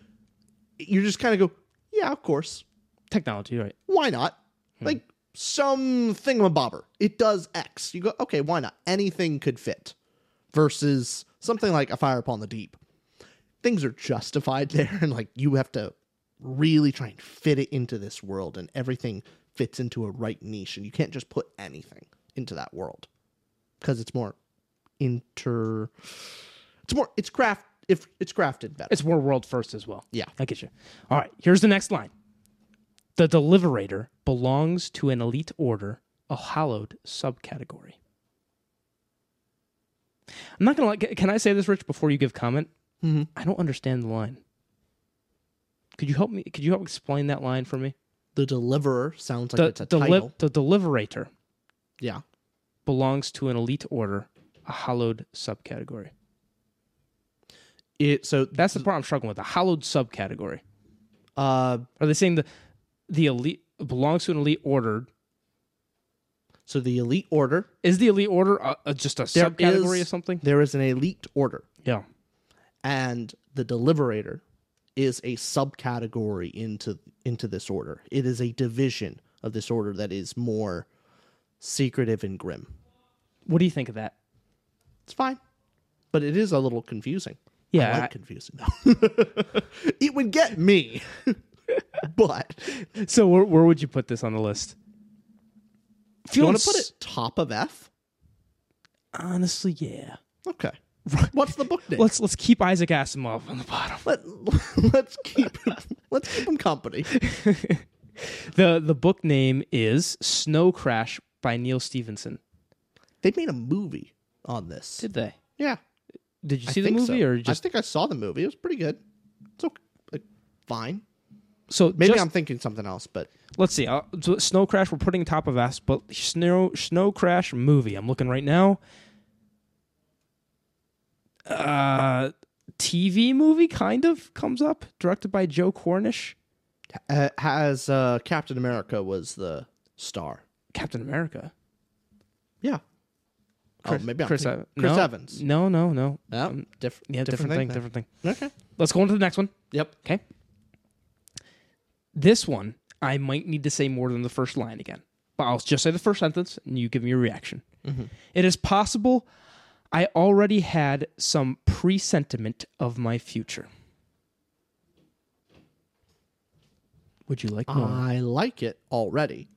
you just kind of go, yeah, of course,
technology. Right.
why not?
Hmm.
Like some thingamabobber, it does X. You go, okay, why not? Anything could fit. Versus something like a fire upon the deep, things are justified there, and like you have to really try and fit it into this world, and everything fits into a right niche, and you can't just put anything into that world because it's more inter. It's more. It's craft. If it's crafted better.
It's more world first as well.
Yeah.
I get you. All right, here's the next line. The deliberator belongs to an elite order, a hallowed subcategory. I'm not gonna lie. Can I say this, Rich, before you give comment?
Mm-hmm.
I don't understand the line. Could you help me? Could you help explain that line for me?
The deliverer sounds like
The
it's a
deli-
title.
the deliberator
Yeah.
belongs to an elite order, a hallowed subcategory.
It so
That's the part I'm struggling with. A hallowed subcategory.
uh
Are they saying the the elite belongs to an elite order?
so the elite order
Is the elite order a, a- just a
there
subcategory
is-
of something?
There is an elite order,
Yeah.
and the deliberator is a subcategory into into this order. It is a division of this order that is more secretive and grim.
What do you think of that?
It's fine, but it is a little confusing. I
Yeah,
like
I-
confusing. it would get me, but
So where where would you put this on the list?
you
Feeling
want to put
s-
it top of F?
honestly, yeah.
Okay. What's the book name?
Let's let's keep Isaac Asimov on the bottom.
let, let's keep let's keep him company.
The the book name is Snow Crash by Neil Stevenson.
They made a movie on this.
Did they?
yeah.
Did you
I
see the
think
movie
so.
or just
I think I saw the movie. It was pretty good. It's okay. like, fine.
so?
Maybe
just-
I'm thinking something else, but
Let's see. Uh, so Snow Crash. We're putting top of S, but Snow Snow Crash movie. I'm looking right now. Uh, TV movie kind of comes up, directed by Joe Cornish.
uh, has uh, Captain America was the star.
Captain America.
Yeah. oh, maybe I'm
Chris,
thinking-
Ev-
Chris
no, Mm.
Evans.
No, no, no.
Yeah,
Um,
diff-
yeah, different, thing.
then.
Different thing.
Okay.
Let's go on to the next one.
Yep.
Okay. This one, I might need to say more than the first line again, but I'll just say the first sentence and you give me your reaction. It is possible I already had some presentiment of my future. Would you like more?
I like it already,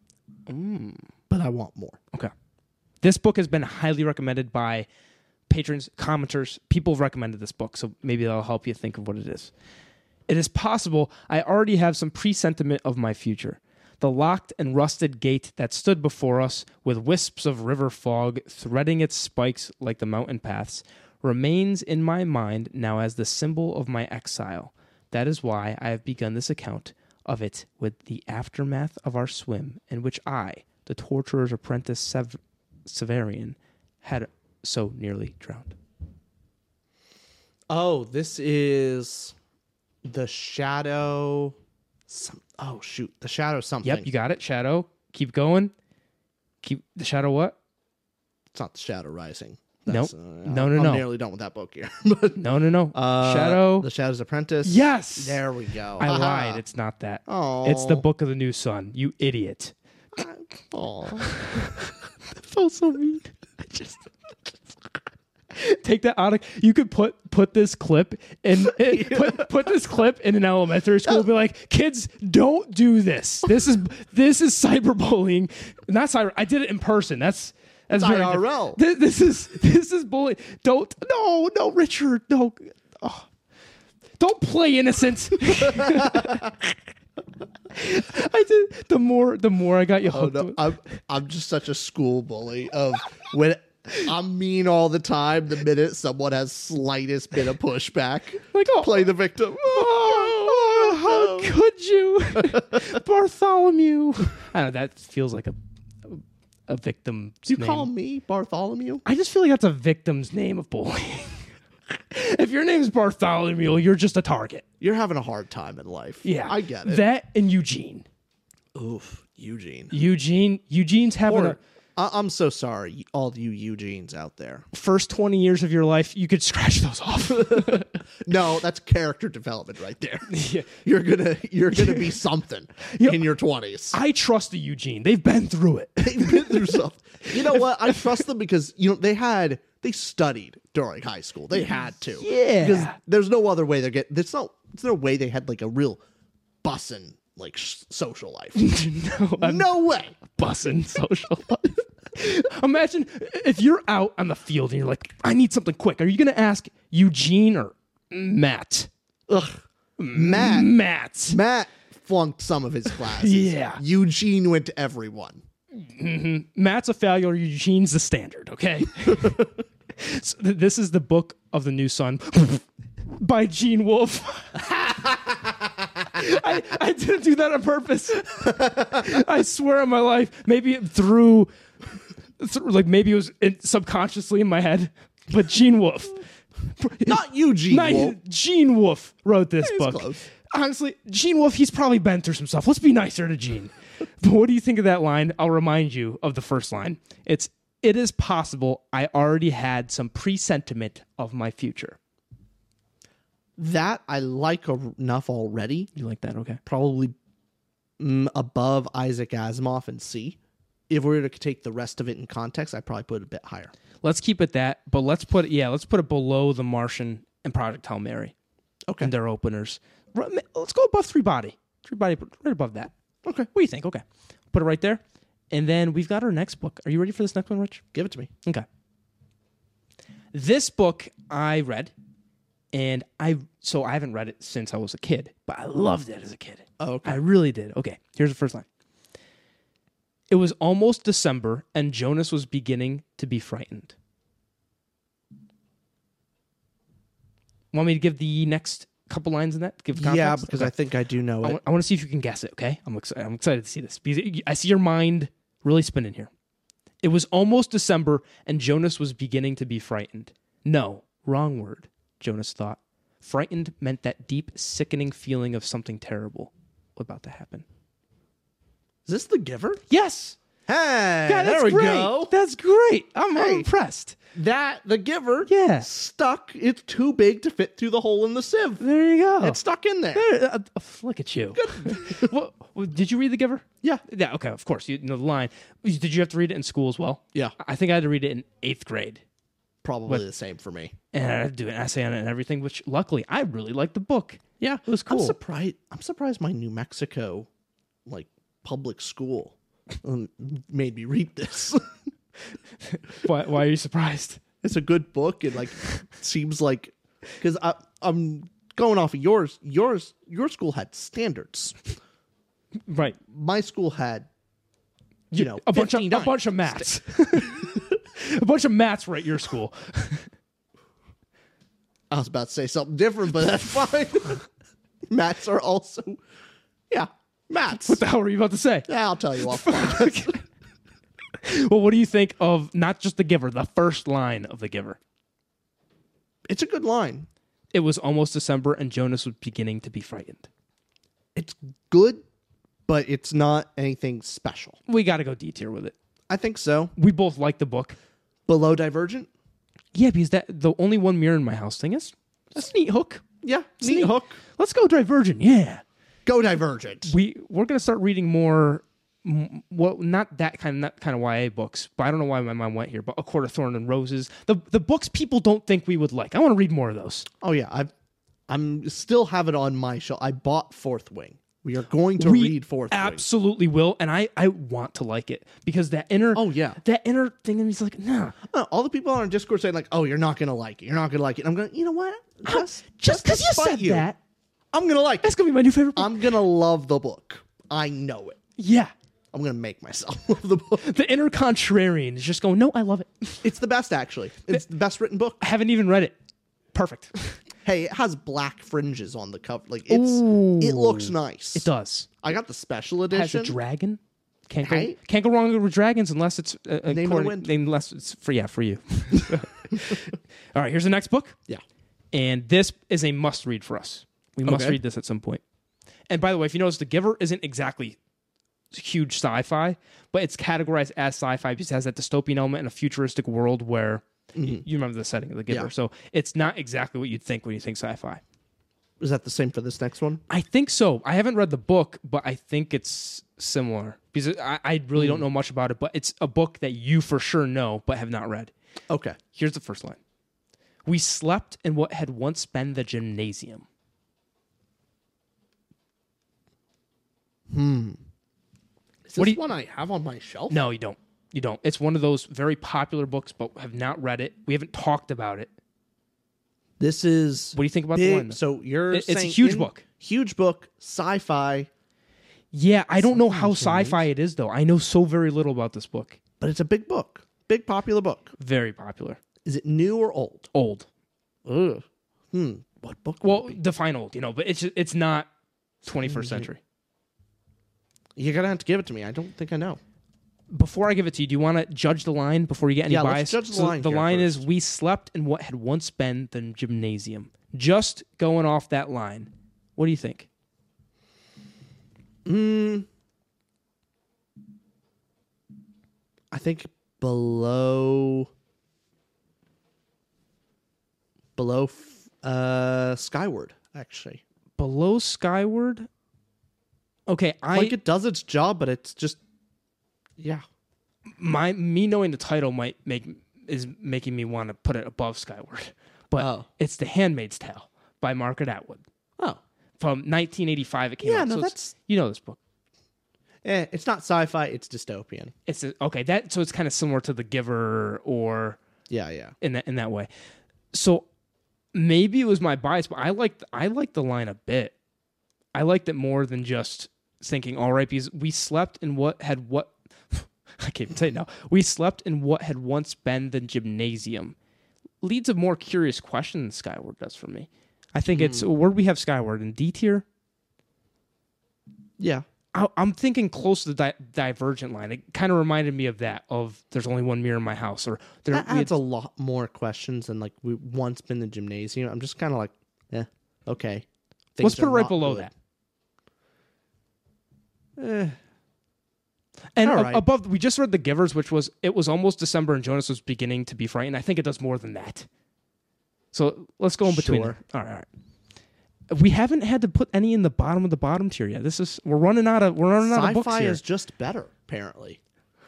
Mm.
but I want more.
Okay. This book has been highly recommended by patrons, commenters. People have recommended this book, so maybe that'll help you think of what it is. It is possible I already have some presentiment of my future. The locked and rusted gate that stood before us, with wisps of river fog threading its spikes like the mountain paths, remains in my mind now as the symbol of my exile. That is why I have begun this account of it with the aftermath of our swim, in which I, the torturer's apprentice Sev- Severian, had so nearly drowned.
Oh, this is the shadow. Some, oh shoot, the shadow something.
Yep, you got it, Shadow. Keep going. Keep the Shadow what?
it's not the shadow rising.
Nope.
uh,
No, no,
I'm
no.
nearly done with that book here. But,
No, no, no.
uh,
Shadow.
the Shadow's Apprentice.
Yes!
there we go.
I lied. It's not that.
Aw.
It's the Book of the New Sun. You idiot.
Aw.
felt so mean. Take that out of you could put put this clip in put put this clip in an elementary school and be like, kids, don't do this. This is this is cyberbullying. Not cyber I did it in person. That's that's
It's
very different.
IRL.
Thi- This, is this is bullying. Don't no, no, Richard, no Oh. Don't play innocent. I did the more the more I got you
Oh,
hooked.
no,
with-
I'm I'm just such a school bully. Of when I'm mean all the time. The minute someone has slightest bit of pushback,
Like, oh.
play the victim.
Oh, how could you, Bartholomew? I don't know. That feels like a a victim.
you call me Bartholomew?
I just feel like that's a victim's name of bullying. if your name's Bartholomew, you're just a target.
You're having a hard time in life.
Yeah,
I get it.
That and Eugene.
Oof, Eugene.
Eugene. Eugene's having
Or- I- I'm so sorry, all you Eugenes out there.
a first twenty years of your life. You could scratch those off.
No, that's character development right there. You're gonna you're gonna be something in your twenties.
I trust the Eugene. They've been through it.
They've been through something. You know what? I trust them because you know they had they studied during high school. They had to.
Yeah.
Because there's no other way they're getting. There's no there's no way they had like a real bussin like sh- social life.
no, I'm
no way.
bussing social life. Imagine if you're out on the field and you're like, I need something quick. Are you going to ask Eugene or Matt?
Ugh. Matt
Matt.
Matt flunked some of his classes.
Yeah.
Eugene went to everyone.
Matt's a failure. Eugene's the standard. Okay. so th- this is the book of the new sun by Gene Wolfe. I, I didn't do that on purpose. I swear on my life. Maybe it through, through like maybe it was in, subconsciously in my head, but Gene Wolfe.
Not Eugene.
Not-
Wolfe.
Gene Wolfe wrote this book.
close.
Honestly, Gene Wolfe, he's probably been through some stuff. Let's be nicer to Gene. but what do you think of that line? I'll remind you of the first line. It's it is possible I already had some presentiment of my future.
That I like a- enough already.
You like that, okay?
Probably mm, above Isaac Asimov and C. If we were to take the rest of it in context, I'd probably put it a bit higher.
Let's keep it that, but let's put it yeah, let's put it below the Martian and Project Hail Mary. Okay. And their openers. Ru- ma- Let's go above three body. Three body right above that. Okay. What do you think? Okay. Put it right there. And then we've got our next book. Are you ready for this next one, Rich?
Give it to me.
Okay. This book I read, and I so I haven't read it since I was a kid, but I loved it as a kid.
Oh, okay.
I really did. Okay, here's the first line. It was almost December, and Jonas was beginning to be frightened. Want me to give the next couple lines in that? Give context?
Yeah, because
Okay.
I think I do know
I
it.
want, I want to see if you can guess it. Okay, I'm excited. I'm excited to see this because it- I see your mind really spinning here. It was almost December, and Jonas was beginning to be frightened. No, wrong word. Jonas thought. Frightened meant that deep, sickening feeling of something terrible about to happen.
Is this the giver?
Yes.
Hey,
Yeah,
there
that's
we
great.
go.
That's great. I'm, I'm
Hey.
impressed.
That the giver.
Yeah.
Stuck. It's too big to fit through the hole in the sieve.
There you go.
It's stuck in there.
There, uh, uh, look at you. Well, well, did you read The Giver?
Yeah.
Yeah. Okay. Of course. You know the line. Did you have to read it in school as well?
Yeah.
I think I had to read it in eighth grade,
Probably the same for me.
and I had to do an essay on it and everything. Which luckily, I really liked the book.
Yeah,
It was cool.
I'm surprised. I'm surprised my New Mexico, like public school, um, made me read this.
Why, why are you surprised?
it's a good book. It like seems like because I'm going off of yours. Yours, your school had standards.
Right.
My school had, you know,
a bunch of a
59.
bunch of maths. a bunch of maths were at your school.
I was about to say something different, but that's fine. mats are also, yeah, mats.
What the hell were you about to say?
Yeah, I'll tell you offline.
Well, what do you think of not just The Giver, the first line of The Giver?
it's a good line.
It was almost December, and Jonas was beginning to be frightened.
It's good, but it's not anything special.
We got to go D tier with it.
I think so.
we both like the book.
Below Divergent?
Yeah, because that the only one mirror in my house thing is that's a neat hook.
Yeah.
It's a Let's go Divergent. Yeah,
Go Divergent.
we we're gonna start reading more. m- Well, not that kind, not kind of YA books, but I don't know why my mind went here. But A Court of Thorn and Roses, the the books people don't think we would like. I want to read more of those.
Oh yeah, I I'm still have it on my shelf. I bought Fourth Wing. We are going to
we
read Fourth Wing.
absolutely will, and I I want to like it because that inner
Oh, yeah.
that inner thing in me's like nah.
Uh, All the people on our Discord saying like, "Oh, you're not gonna like it. You're not gonna like it." And I'm going, to you know what? Just
Just
to
because you
spite
said that,
I'm gonna like
that's
it.
gonna be my new favorite. book.
I'm gonna love the book. I know it.
yeah,
I'm gonna make myself love the book.
the inner contrarian is just going no, I love it.
It's the best actually. It's the best written book.
I haven't even read it. Perfect.
Hey, it has black fringes on the cover. Like it's it looks nice.
It does.
I got the special
Has a
edition.
dragon. Can't go,
Right?
can't go wrong with dragons unless it's uh,
the
according-
wind.
unless it's for yeah for you. All right, here's the next book,
yeah.
and this is a must read for us. We must
Okay.
read this at some point. And by the way, if you notice, The Giver isn't exactly huge sci-fi, but it's categorized as sci-fi because it has that dystopian element in a futuristic world where you, you remember the setting of The Giver.
Mm-hmm. Yeah.
So it's not exactly what you'd think when you think sci-fi.
Is that the same for this next one?
I think so. I haven't read the book, but I think it's similar because I, I really
Hmm.
don't know much about it. But it's a book that you for sure know, but have not read.
Okay.
Here's the first line: We slept in what had once been the gymnasium.
Is
What
this
do you-
one I have on my shelf?
No, you don't. You don't. It's one of those very popular books, but have not read it. We haven't talked about it.
This is
What do you think about the
big,
one?
So you're
It- it's a
saying
huge
in-
book.
huge book, sci-fi.
Yeah, I don't know how sci-fi it is though. I know so very little about this book.
But it's a big book, big popular book.
Very popular.
Is it new or old?
Old.
Ugh. Hmm. What book? would
Well, define old, you know, but it's it's not 21st
Mm-hmm.
century.
You're gonna have to give it to me. I don't think I know.
Before I give it to you, do you want to judge the line before you get any
Yeah, let's
bias?
judge the
So
line
the
here
line is we slept in what had once been the gymnasium. Just going off that line. What do you think?
I think below below f- uh Skyward actually.
Below Skyward? Okay, I
like it does its job, but it's just yeah.
my me knowing the title might make is making me want to put it above Skyward, but
Oh.
it's The Handmaid's Tale by Margaret Atwood
Oh,
from 1985. It came
Yeah,
out.
no,
so it's-
that's-
you know this book.
eh, it's not sci-fi. It's dystopian.
It's a, okay that so it's kind of similar to The Giver or
Yeah, yeah.
in that in that way. So maybe it was my bias, but I liked I liked the line a bit. I liked it more than just thinking, all right, because we slept in what had what I can't even say it now. We slept in what had once been the gymnasium. Leads a more curious question than Skyward does for me. I think it's
Hmm.
where we have Skyward in D tier.
Yeah.
I- I'm thinking close to the di- divergent line. It kind of reminded me of that. Of there's only one mirror in my house, or there.
That
we had-
adds a lot more questions than like we once been the gymnasium. I'm just kind of like, eh, okay.
Let's
Things
put it
are
right
not
below
good.
that. And
All
a-
right.
above, we just read The Givers, which was it was almost December, and Jonas was beginning to be frightened. I think it does more than that. So let's go in between.
Sure.
there. All right, all right. We haven't had to put any in the bottom of the bottom tier yet. This is we're running out of we're running out of books
Sci-fi
here.
is just better, apparently.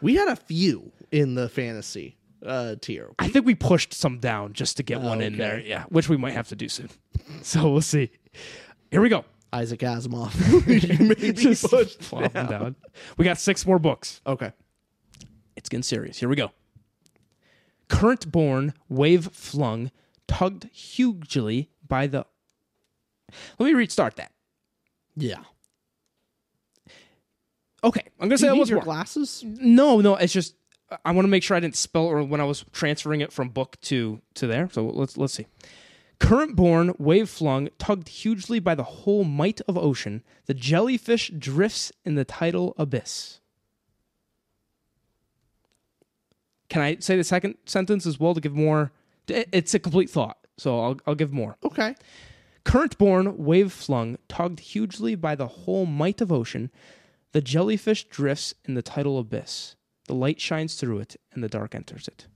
We had a few in the fantasy uh, tier.
I think we pushed some down just to get one in there. Yeah, which we might have to do soon. So we'll see. Here we go.
Isaac Asimov. You made me
Just
push
plop 'em down. We got six more books.
Okay.
It's getting serious. Here we go. Current born, wave flung, tugged hugely by the. Let me restart that.
Yeah.
Okay, I'm gonna say
Do
that
you need
once
your
more.
glasses?
no, no, it's just I want to make sure I didn't spell or when I was transferring it from book to to there. So let's let's see. Current born, wave flung, tugged hugely by the whole might of ocean, the jellyfish drifts in the tidal abyss. Can I say the second sentence as well to give more? it- It's a complete thought, so I'll, I'll give more.
Okay.
Current born, wave flung, tugged hugely by the whole might of ocean, the jellyfish drifts in the tidal abyss. The light shines through it, and the dark enters it.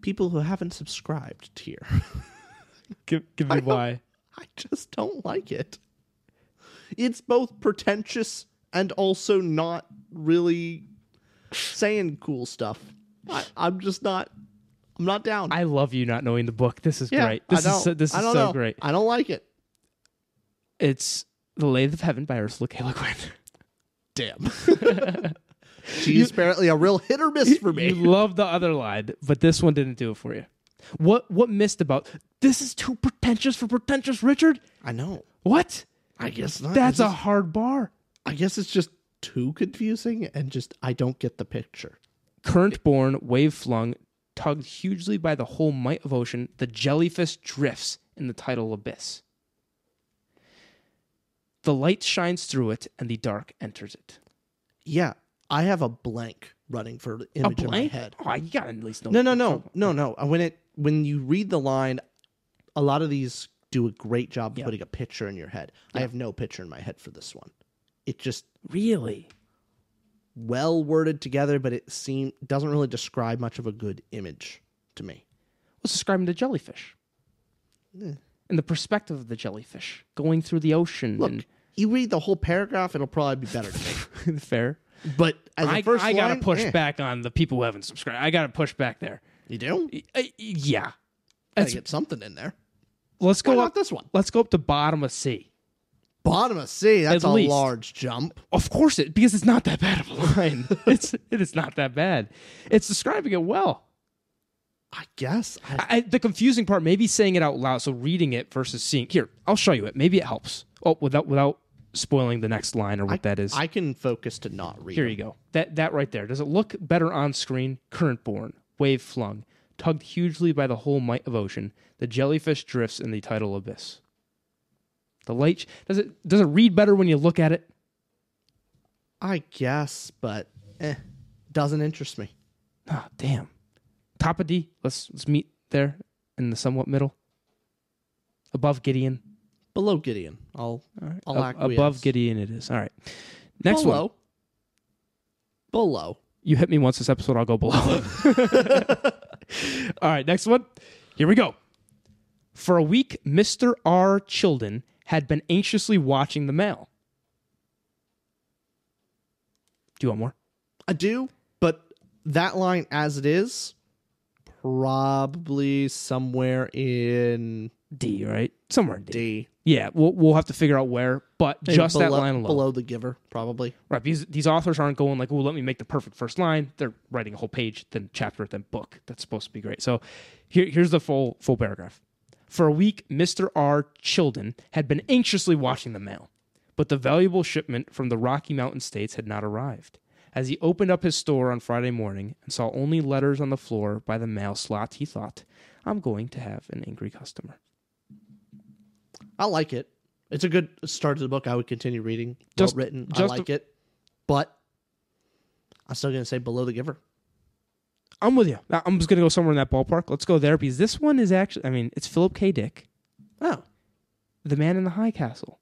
People who haven't subscribed tier.
Give, give me why.
I just don't like it. It's both pretentious and also not really saying cool stuff. I, I'm just not. I'm not down.
I love you not knowing the book. This is
yeah,
great.
I
This
don't,
is so, this
I
is
don't
so
know.
great.
I don't like it.
It's The Lathe of Heaven by Ursula K. Le Guin.
Damn. She's apparently a real hit or miss for
You
me.
love the other line, but this one didn't do it for you. What what missed about this is too pretentious for pretentious Richard?
I know.
What?
I guess not.
That's
I
a
just-
hard bar.
I guess it's just too confusing and just I don't get the picture.
current born, wave flung, tugged hugely by the whole might of ocean, the jellyfish drifts in the tidal abyss. The light shines through it, and the dark enters it.
Yeah, I have a blank running for the image in my head.
Oh, you gotta at least know.
No, no, no, no, no. Uh, When it when you read the line, a lot of these do a great job of putting a picture in your head. I have no picture in my head for this one. It just
Really?
well worded together, but it seem doesn't really describe much of a good image to me.
was describing the jellyfish.
Eh.
And the perspective of the jellyfish going through the ocean.
Look, you read the whole paragraph, it'll probably be better to me.
and fair.
But as a
I,
first
I gotta
line,
push
eh.
back on the people who haven't subscribed. I gotta push back there.
You do?
Y- I- Yeah.
Gotta
That's-
get something in there.
Let's go up
Why not this one?
Let's go up to bottom of C.
Bottom of C. That's
At
a
least.
large jump.
Of course it because it's not that bad of a line. it's it is not that bad. It's describing it well.
I guess. I,
I, I- the confusing part, maybe saying it out loud, so reading it versus seeing. Here, I'll show you it. Maybe it helps. Oh, without without spoiling the next line or what that is.
I can focus to not read.
Here
them.
you go. That that right there. Does it look better on screen? Current born, wave flung, tugged hugely by the whole might of ocean, the jellyfish drifts in the tidal abyss. The light sh- does it does it read better when you look at it?
I guess, but eh, doesn't interest me.
Ah, damn. Top of D. Let's let's meet there in the somewhat middle. Above Gideon.
Below Gideon, I'll I'll
Ab-
acquiesce.
above Gideon it is. All right. Next
below.
one.
Below.
You hit me once this episode, I'll go below. All right, next one. Here we go. For a week, Mr. R. Childen had been anxiously watching the mail. Do you want more?
I do, but that line as it is, probably somewhere in
D, right? Somewhere in D.
D.
Yeah, we'll, we'll have to figure out where, but
Maybe
just that
below-
line alone.
Below the giver, probably.
Right, these these authors aren't going like, "Oh, let me make the perfect first line." They're writing a whole page, then chapter, then book. That's supposed to be great. So, here here's the full full paragraph. For a week, Mister R. Childen had been anxiously watching the mail, but the valuable shipment from the Rocky Mountain states had not arrived. As he opened up his store on Friday morning and saw only letters on the floor by the mail slot, he thought, "I'm going to have an angry customer."
I like it. It's a good start to the book. I would continue reading.
Just-
well written.
just-
I like it, but I'm still gonna say below the giver.
I'm with you. I'm just gonna go somewhere in that ballpark. Let's go there because this one is actually. I mean, it's Philip K. Dick.
Oh,
The Man in the High Castle,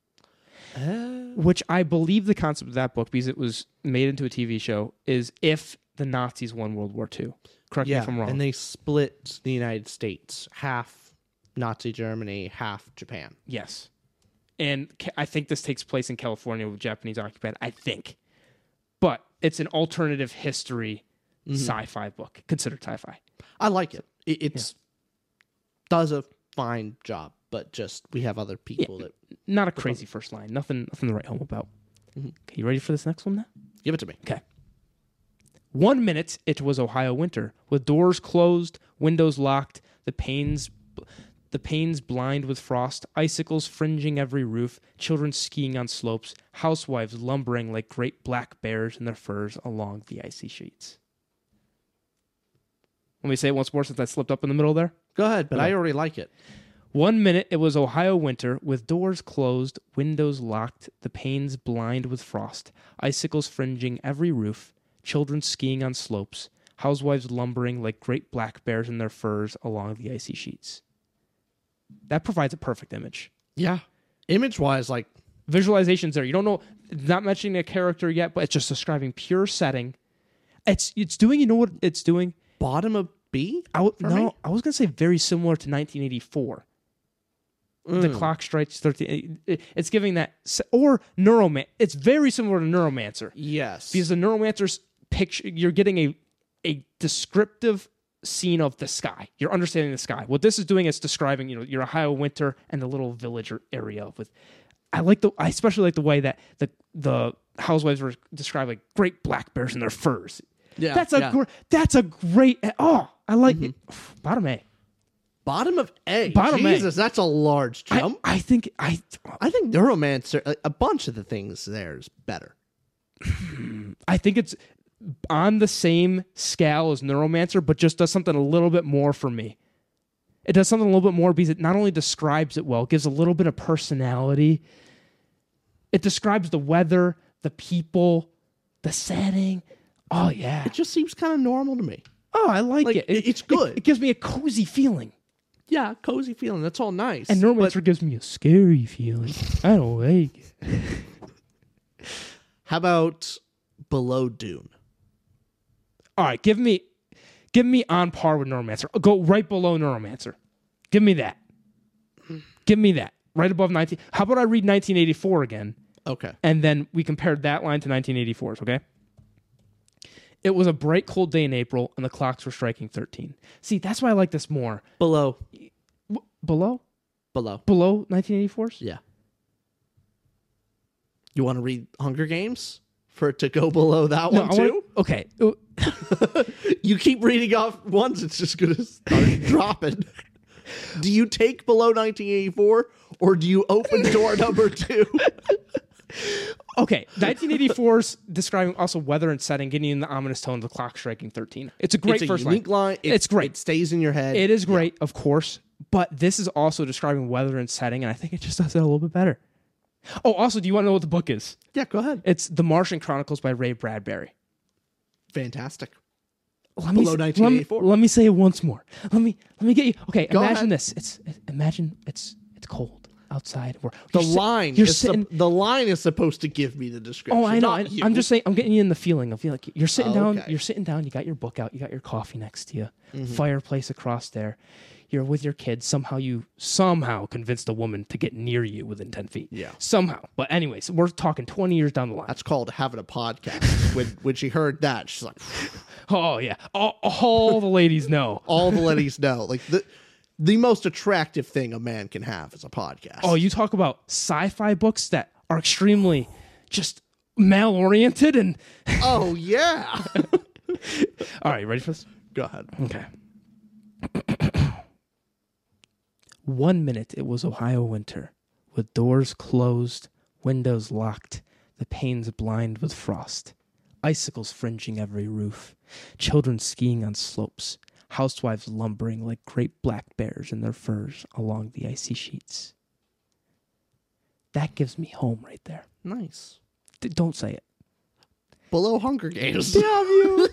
Oh.
which I believe the concept of that book, because it was made into a TV show, is if the Nazis won World War II. Correct me
yeah.
if I'm wrong.
And they split the United States half Nazi Germany, half Japan.
yes. And ca- I think this takes place in California with Japanese occupied. I think. But it's an alternative history
Mm-hmm.
sci fi book, considered sci fi.
I like it. it it's does a fine job, but just we have other people that
Not a crazy first line. Nothing, nothing to write home about.
Mm-hmm.
Okay, you ready for this next one now?
give it to me.
Okay. One minute it was Ohio winter, with doors closed, windows locked, the panes the panes blind with frost, icicles fringing every roof, children skiing on slopes, housewives lumbering like great black bears in their furs along the icy sheets. Let me say it once more since I slipped up in the middle there.
Go ahead, but I already like it.
One minute it was Ohio winter, with doors closed, windows locked, the panes blind with frost, icicles fringing every roof, children skiing on slopes, housewives lumbering like great black bears in their furs along the icy sheets. That provides a perfect image.
Yeah, image wise, like
Visualizations there. You don't know, not mentioning a character yet, but it's just describing pure setting. It's it's doing. You know what it's doing?
bottom of B.
I w-
for
no,
me?
I was gonna say very similar to 1984.
Mm.
The clock strikes 13. it- It's giving that s- or Neuroman. It's very similar to Neuromancer
Yes,
because the Neuromancer's picture. You're getting a a descriptive scene of the sky. You're understanding the sky. What this is doing is describing you know your Ohio winter and the little village or area with. I like the. I especially like the way that the the housewives were described like great black bears in their furs.
Yeah,
that's a
yeah. Mm-hmm.
gr- that's a great. Oh, I like it. Bottom A.
bottom of A.
Bottom A.
Jesus, that's a large
I-
jump.
I think I.
I think Neuromancer, like, a bunch of the things there is better.
I think it's on the same scale as Neuromancer, but just does something a little bit more for me. It does something a little bit more because it not only describes it well, it gives a little bit of personality. It describes the weather, the people, the setting. Oh yeah.
It just seems kind of normal to me.
Oh, I like,
like,
it.
it- it's good.
It, it gives me a cozy feeling.
Yeah, cozy feeling. That's all nice.
And Neuromancer gives me a scary feeling. I don't like it.
How about Below Dune?
All right, give me, give me on par with Neuromancer. Go right below Neuromancer. Give me that. Give me that. Right above 19. How about I read 1984 again,
Okay.
and then we compared that line to 1984's, okay? It was a bright, cold day in April, and the clocks were striking 13. See, that's why I like this more.
Below.
Below?
Below.
Below 1984's?
Yeah. You want to read Hunger Games for it to go below that
No,
one
I
too?
wanna- okay. uh,
You keep reading off ones; it's just gonna start dropping. Do you take below 1984, or do you open door number two?
Okay, 1984's describing also weather and setting, getting you in the ominous tone of the clock striking 13. It's a great
it's a
first
unique line. It-
it's great.
It stays in your head.
It is great, of course, but this is also describing weather and setting, and I think it just does it a little bit better. Oh, also, do you want to know what the book is?
Yeah, go ahead.
It's The Martian Chronicles by Ray Bradbury.
Fantastic.
Let me,
Below
s- let me-
1984.
Let me, say it once more. Let me let me get you. Okay, imagine
ahead.
this. It's imagine it's it's cold outside. We're,
The
you're sit-
line
You're
is sup-
sitting.
the line is supposed to give me the description.
Oh, I know.
not
I,
you.
I'm just saying. I'm getting you in the feeling of like you're sitting
Oh,
down.
okay. Mm-hmm.
You're sitting down. You got your book out. You got your coffee next to you. Fireplace across there. You're with your kids. Somehow you somehow convinced a woman to get near you within ten feet.
Yeah.
Somehow. But anyways, we're talking twenty years down the line.
That's called having a podcast. when when she heard that, she's like,
Oh yeah. All, all the ladies know.
all the ladies know. Like the the most attractive thing a man can have is a podcast.
Oh, you talk about sci-fi books that are extremely just male-oriented and.
oh yeah.
All right, ready for this?
go ahead.
Okay. One minute it was Ohio winter, with doors closed, windows locked, the panes blind with frost, icicles fringing every roof, children skiing on slopes, housewives lumbering like great black bears in their furs along the icy sheets. That gives me home right there.
Nice.
D- don't say it.
Below Hunger Games.
All right,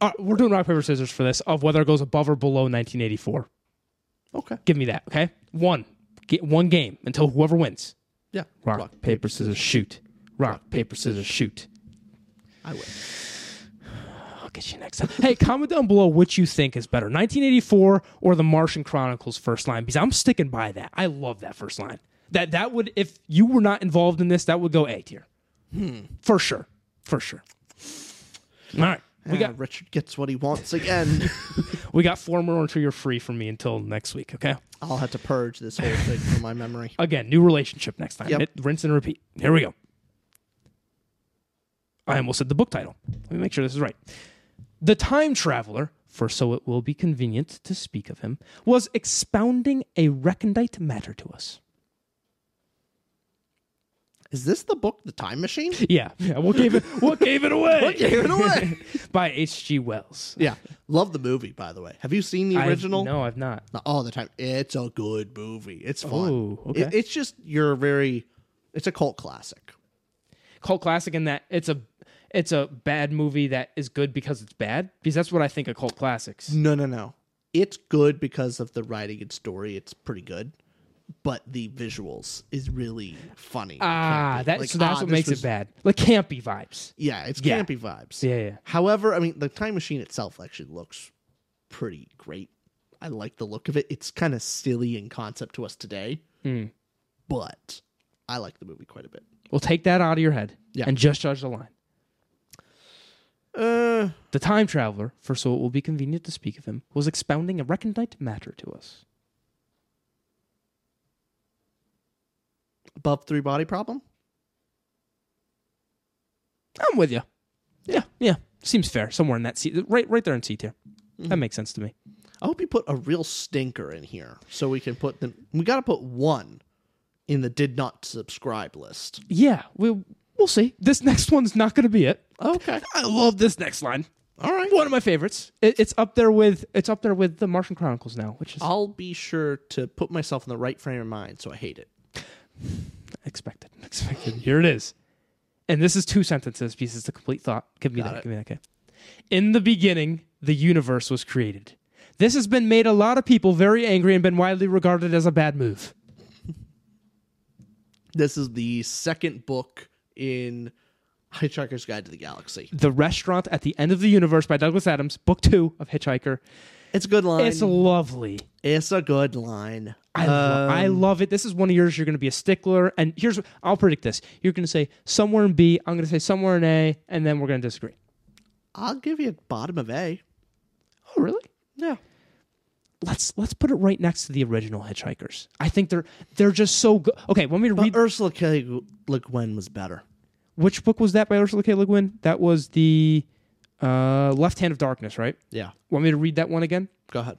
Uh, we're doing rock, paper, scissors for this of whether it goes above or below 1984.
Okay.
Give me that, okay? One. Get one game until whoever wins.
Yeah.
Rock, paper, scissors, shoot. Rock, paper, scissors, shoot.
I win.
I'll get you next time. hey, comment down below what you think is better, 1984 or The Martian Chronicles first line, because I'm sticking by that. I love that first line. That that would, if you were not involved in this, that would go A tier. For sure. For sure. All right. We got
Ah, Richard gets what he wants again.
we got four more until you're free from me until next week, okay?
I'll have to purge this whole thing from my memory.
Again, new relationship next time.
Yep.
It- rinse and repeat. Here we go. I almost said the book title. Let me make sure this is right. The time traveler, for so it will be convenient to speak of him, was expounding a recondite matter to us.
Is this the book, The Time Machine?
Yeah, yeah. What gave it? What gave it away?
What gave it away?
By H.G. Wells.
yeah. Love the movie, by the way. Have you seen the
I've-
original?
no, I've not.
Not all the time. It's a good movie. It's fun.
Oh,
It-
okay.
it's just you're very. It's a cult classic.
Cult classic in that it's a it's a bad movie that is good because it's bad because that's what I think of cult classics.
No, no, no. It's good because of the writing and story. It's pretty good, but the visuals is really funny.
Ah,
Campy.
that,
Like,
so that's
ah,
what
this
makes
was-
it bad. Like campy vibes.
Yeah, it's
Yeah.
campy vibes.
Yeah, yeah.
However, I mean, the time machine itself actually looks pretty great. I like the look of it. It's kind of silly in concept to us today, but I like the movie quite a bit.
Well, take that out of your head
Yeah.
and just judge the line.
Uh,
The time traveler, for so it will be convenient to speak of him, was expounding a recondite matter to us.
above three body problem.
I'm with you. Yeah, yeah. Seems fair. Somewhere in that C, right, right there in C tier. That makes sense to me.
I hope you put a real stinker in here so we can put them. We got to put one in the did not subscribe list.
Yeah, we'll we'll see. This next one's not going to be it.
Okay.
I love this next line.
All right.
One of my favorites. It, it's up there with it's up there with the Martian Chronicles now, which is
I'll be sure to put myself in the right frame of mind so I hate it.
expected. Expected. Here it is. And this is two sentences because it's a complete thought. Give me that. Give me that. Okay. In the beginning, the universe was created. This has been made a lot of people very angry and been widely regarded as a bad move.
This is the second book in Hitchhiker's Guide to the Galaxy.
The Restaurant at the End of the Universe by Douglas Adams, book two of Hitchhiker.
It's a good line.
It's lovely. Um,
It's a good line.
I, lo- I love it. This is one of yours. You're going to be a stickler. And here's, I'll predict this. You're going to say somewhere in B. I'm going to say somewhere in A. And then we're going to disagree.
I'll give you a bottom of A.
Oh, really?
Yeah.
let's let's put it right next to the original Hitchhikers. I think they're they're just so good. Okay, want me to read
Ursula K. Le Le Guin was better.
which book was that by Ursula K. Le Guin? That was the uh, Left Hand of Darkness, right?
Yeah.
Want me to read that one again?
Go ahead.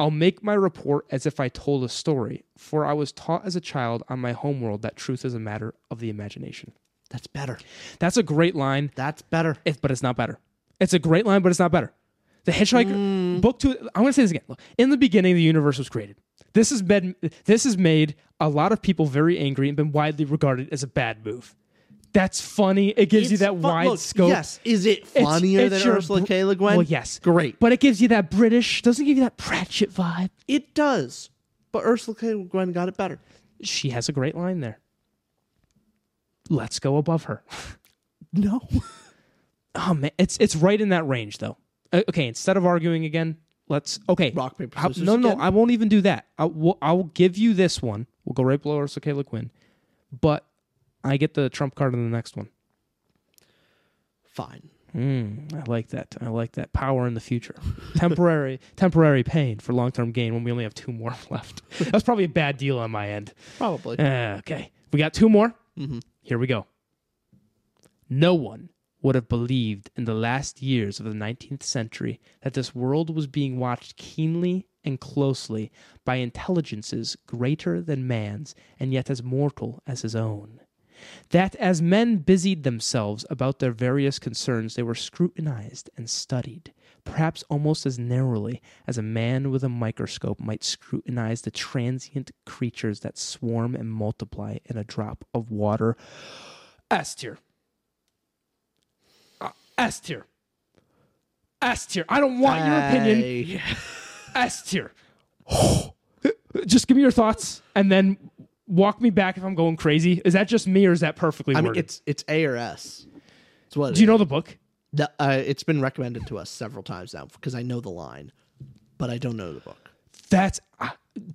I'll make my report as if I told a story, for I was taught as a child on my homeworld that truth is a matter of the imagination.
That's better.
That's a great line,
That's better.
it, but it's not better. It's a great line, but it's not better. The Hitchhiker
Hmm.
book two. I'm going to say this again. Look, in the beginning, the universe was created. This has been this has made a lot of people very angry and been widely regarded as a bad move. That's funny. It gives you
It's
that
fun-
wide
look,
scope.
Yes. Is it
It's-
funnier
it's
than
your
Ursula
br-
K. Le Guin?
Well, yes,
Great.
but it gives you that British. Doesn't give you that Pratchett vibe.
It does. But Ursula K. Le Guin got it better.
She has a great line there. Let's go above her.
No.
Oh man, it's it's right in that range though. Uh, Okay, instead of arguing again, let's okay.
Rock, paper,
How-
scissors
No, no,
again?
I won't even do that. I will, I will give you this one. We'll go right below Ursula K. Le Guin, but I get the trump card in the next one.
Fine.
I like that. I like that power in the future. Temporary, temporary pain for long-term gain. When we only have two more left, that's probably a bad deal on my end.
Probably.
Uh, okay. We got two more. Here we go. No one would have believed in the last years of the 19th century that this world was being watched keenly and closely by intelligences greater than man's and yet as mortal as his own. That as men busied themselves about their various concerns, they were scrutinized and studied, perhaps almost as narrowly as a man with a microscope might scrutinize the transient creatures that swarm and multiply in a drop of water. S tier. Uh, S tier. S tier. I don't want your opinion.
Hey.
S tier. Just give me your thoughts and then walk me back if I'm going crazy. Is that just me or is that perfectly
I
worded?
mean, it's it's A or S. It's what. it
Do you
is.
know the book?
The- uh, it's been recommended to us several times now because I know the line, but I don't know the book.
That's uh,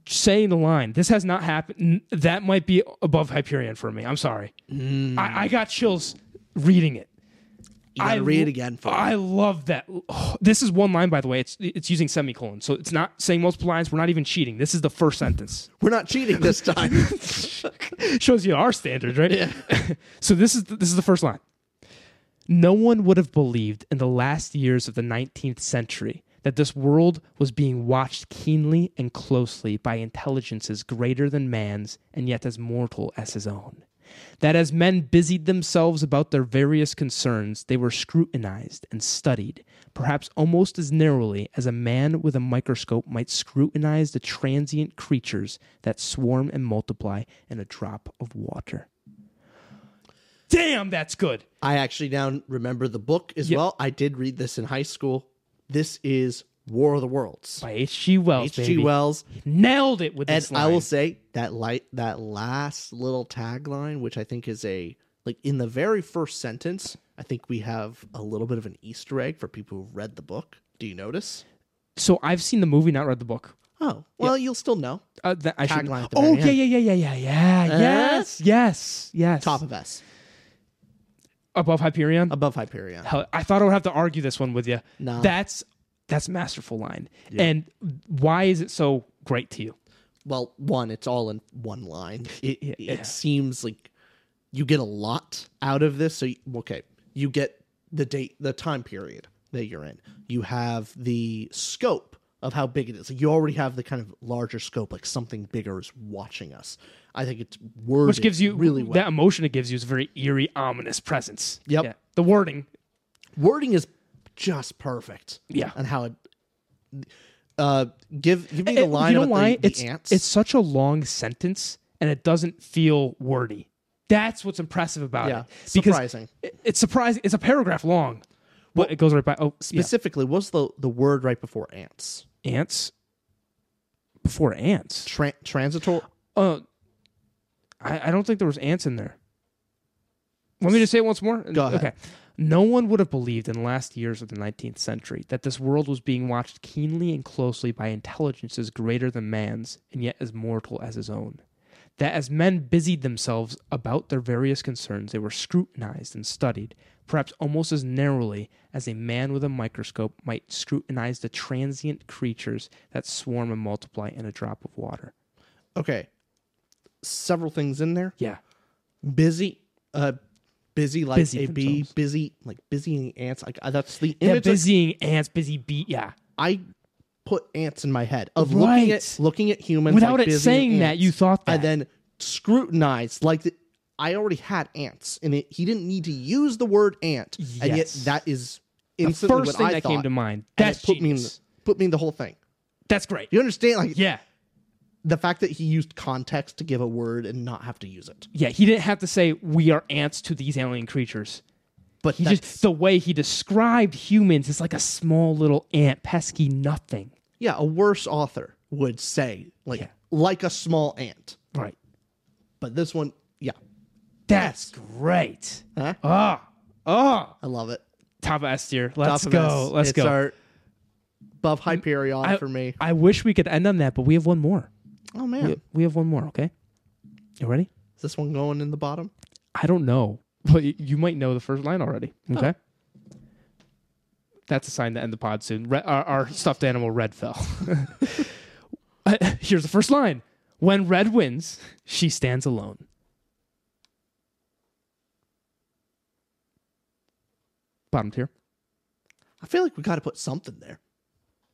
saying the line. This has not happened. N- That might be above Hyperion for me. I'm sorry. I, I got chills reading it.
Hmm. You gotta
I
read
lo-
it again for
I love that. Oh, this is one line, by the way. It's it's using semicolon, so it's not saying multiple lines. We're not even cheating. This is the first sentence.
We're not cheating this time.
shows you our standards, right? so this is this is the first line. No one would have believed in the last years of the 19th century that this world was being watched keenly and closely by intelligences greater than man's and yet as mortal as his own. That as men busied themselves about their various concerns, they were scrutinized and studied, perhaps almost as narrowly as a man with a microscope might scrutinize the transient creatures that swarm and multiply in a drop of water. Damn, that's good.
I actually now remember the book as well. I did read this in high school. This is War of the Worlds.
by H.G. Wells.
H.G.
baby.
Wells.
nailed it with
And
this
I
line.
will say that light that last little tagline, which I think is a like in the very first sentence, I think we have a little bit of an Easter egg for people who've read the book. Do you notice?
so I've seen the movie, not read the book.
Oh, well, you'll still know.
Uh, that I should.
Tagline at the
Oh yeah,
very
yeah, yeah, yeah, yeah, yeah.
Uh?
Yes, yes, yes.
Top of S,
above Hyperion.
above Hyperion.
Hell, I thought I would have to argue this one with you.
Nah.
That's that's a masterful line. And why is it so great to you?
Well, one, it's all in one line. It,
Yeah,
it
yeah.
seems like you get a lot out of this. So, you, okay, you get the date, the time period that you're in. You have the scope of how big it is. You already have the kind of larger scope, like something bigger is watching us. I think it's worded
Which gives you
really well.
that emotion it gives you is a very eerie, ominous presence.
Yep.
The wording.
Wording is just perfect.
Yeah.
and how it. Uh, give give me the
It-
line
Eh, you know
about
why?
the, the
it's
ants.
it's such a long sentence and it doesn't feel wordy. That's what's impressive about
Yeah.
it. Because
Surprising.
it- it's surprising. It's a paragraph long, but it goes right by. Oh, yeah.
specifically. What's the the word right before ants?
ants before ants.
Tran transitor.
Uh, I, I don't think there was ants in there. Let me just say it once more.
Go ahead.
Okay. No one would have believed in the last years of the 19th century that this world was being watched keenly and closely by intelligences greater than man's and yet as mortal as his own. That as men busied themselves about their various concerns, they were scrutinized and studied, perhaps almost as narrowly as a man with a microscope might scrutinize the transient creatures that swarm and multiply in a drop of water.
Okay. Several things in there.
Yeah.
Busy, uh, busy like
Busy
a bee,
themselves.
busy like busying ants. Like uh, that's the
Yeah,
image.
busying ants, busy bee. Yeah.
I put ants in my head of looking
Right.
at looking at humans
Without it
like busy
saying that,
ants.
you thought that.
I then scrutinized like the, I already had ants, and it, he didn't need to use the word ant, and yet
Yes.
that is
the
instantly
first
what
thing
I
that
thought,
came to mind.
and it
That's
put me in the,
genius.
put me in the whole thing.
That's great.
You understand? Like
Yeah.
the fact that he used context to give a word and not have to use it.
Yeah, he didn't have to say we are ants to these alien creatures.
But
He just the way he described humans is like a small little ant, pesky nothing.
yeah, a worse author would say like
Yeah.
like a small ant.
Right.
But this one, yeah,
That's great.
Huh?
Ah. Ah.
I love it.
Top of S tier. Let's
Top of
go.
S.
Let's
it's
go.
Our above Hyperion
I,
for me.
I wish we could end on that, but we have one more.
Oh man,
We- We have one more, okay? You ready?
is this one going in the bottom?
I don't know, but y- you might know the first line already.
Oh.
Okay. That's a sign to end the pod soon. Re- our, our stuffed animal, Red, fell. Uh, Here's the first line When Red wins, she stands alone. Bottom tier.
I feel like we got to put something there.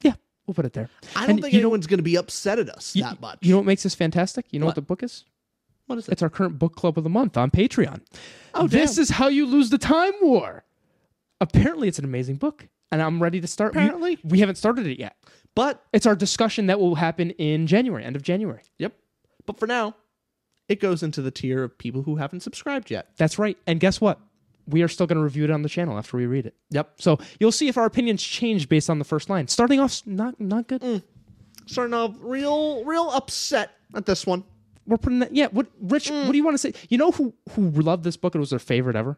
Yeah, we'll put it there.
I don't
And
think
you know-
anyone's going to be upset at us
you-
that much.
You know what makes this fantastic? You know what, the book is?
what is it?
It's our current book club of the month on Patreon.
Oh,
this
damn.
is how you lose the time war. Apparently, it's an amazing book, and I'm ready to start. we-
Apparently.
we, haven't started it yet.
But
It's our discussion that will happen in January, end of January.
yep. But for now, it goes into the tier of people who haven't subscribed yet.
That's right. And guess what? We are still going to review it on the channel after we read it.
Yep.
So you'll see if our opinions change based on the first line. Starting off, s- not not good.
Mm. Starting off real, real upset at this one.
We're putting that. Yeah. What, Rich?
Mm.
What do you want to say? You know who who loved this book and it was their favorite ever?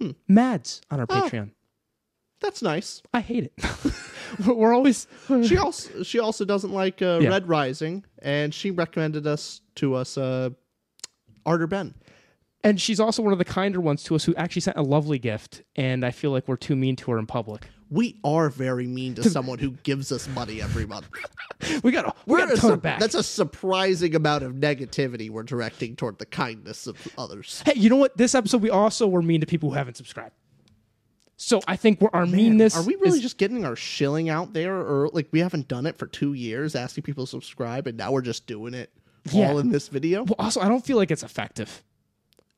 Hmm.
Mads on
Ah.
our Patreon.
That's nice.
I hate it. We're- we're always
She also she also doesn't like uh,
Yeah.
Red Rising, and she recommended us to us uh, Arter Ben.
And she's also one of the kinder ones to us who actually sent a lovely gift, and I feel like we're too mean to her in public.
We are very mean to someone who gives us money every month.
We got a we
We're
got a
a
ton
sur-
back.
That's a surprising amount of negativity we're directing toward the kindness of others.
hey, you know what? This episode we also were mean to people who haven't subscribed. So I think we're, our meanness.
Are we really
is-
just getting our shilling out there, or like we haven't done it for two years, asking people to subscribe, and now we're just doing it
Yeah.
all in this video?
Well, also, I don't feel like it's effective.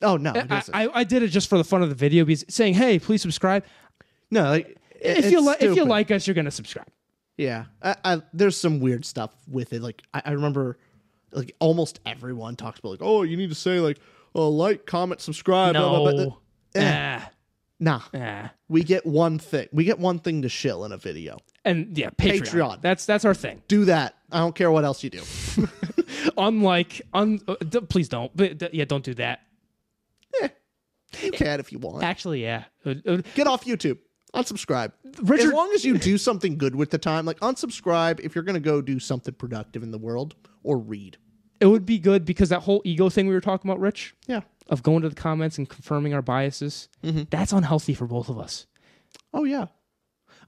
oh no, it
I,
isn't.
I, I did it just for the fun of the video, because saying, "Hey, please subscribe."
no, like it-
if you
it's
like, if you
stupid.
like us, you're gonna subscribe.
yeah. I, I, there's some weird stuff with it. Like I, I remember, like almost everyone talks about like, oh, you need to say like, oh, like, comment, subscribe. blah, blah, blah.
No,
eh.
ah,
nah.
ah.
We get one thing. We get one thing to shill in a video.
and yeah, Patreon.
Patreon.
That's that's our thing.
Do that. I don't care what else you do.
Unlike, un, uh, d- please don't. But, d- yeah, don't do that.
You can if you want.
Actually, yeah. Uh, uh,
Get off YouTube. Unsubscribe.
Richard-
as long as you do something good with the time, like unsubscribe if you're going to go do something productive in the world or read.
it would be good because that whole ego thing we were talking about, Rich,
Yeah.
of going to the comments and confirming our biases, that's unhealthy for both of us.
Oh, yeah.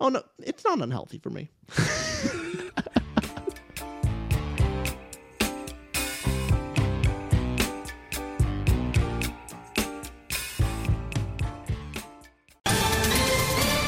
Oh, no. It's not unhealthy for me.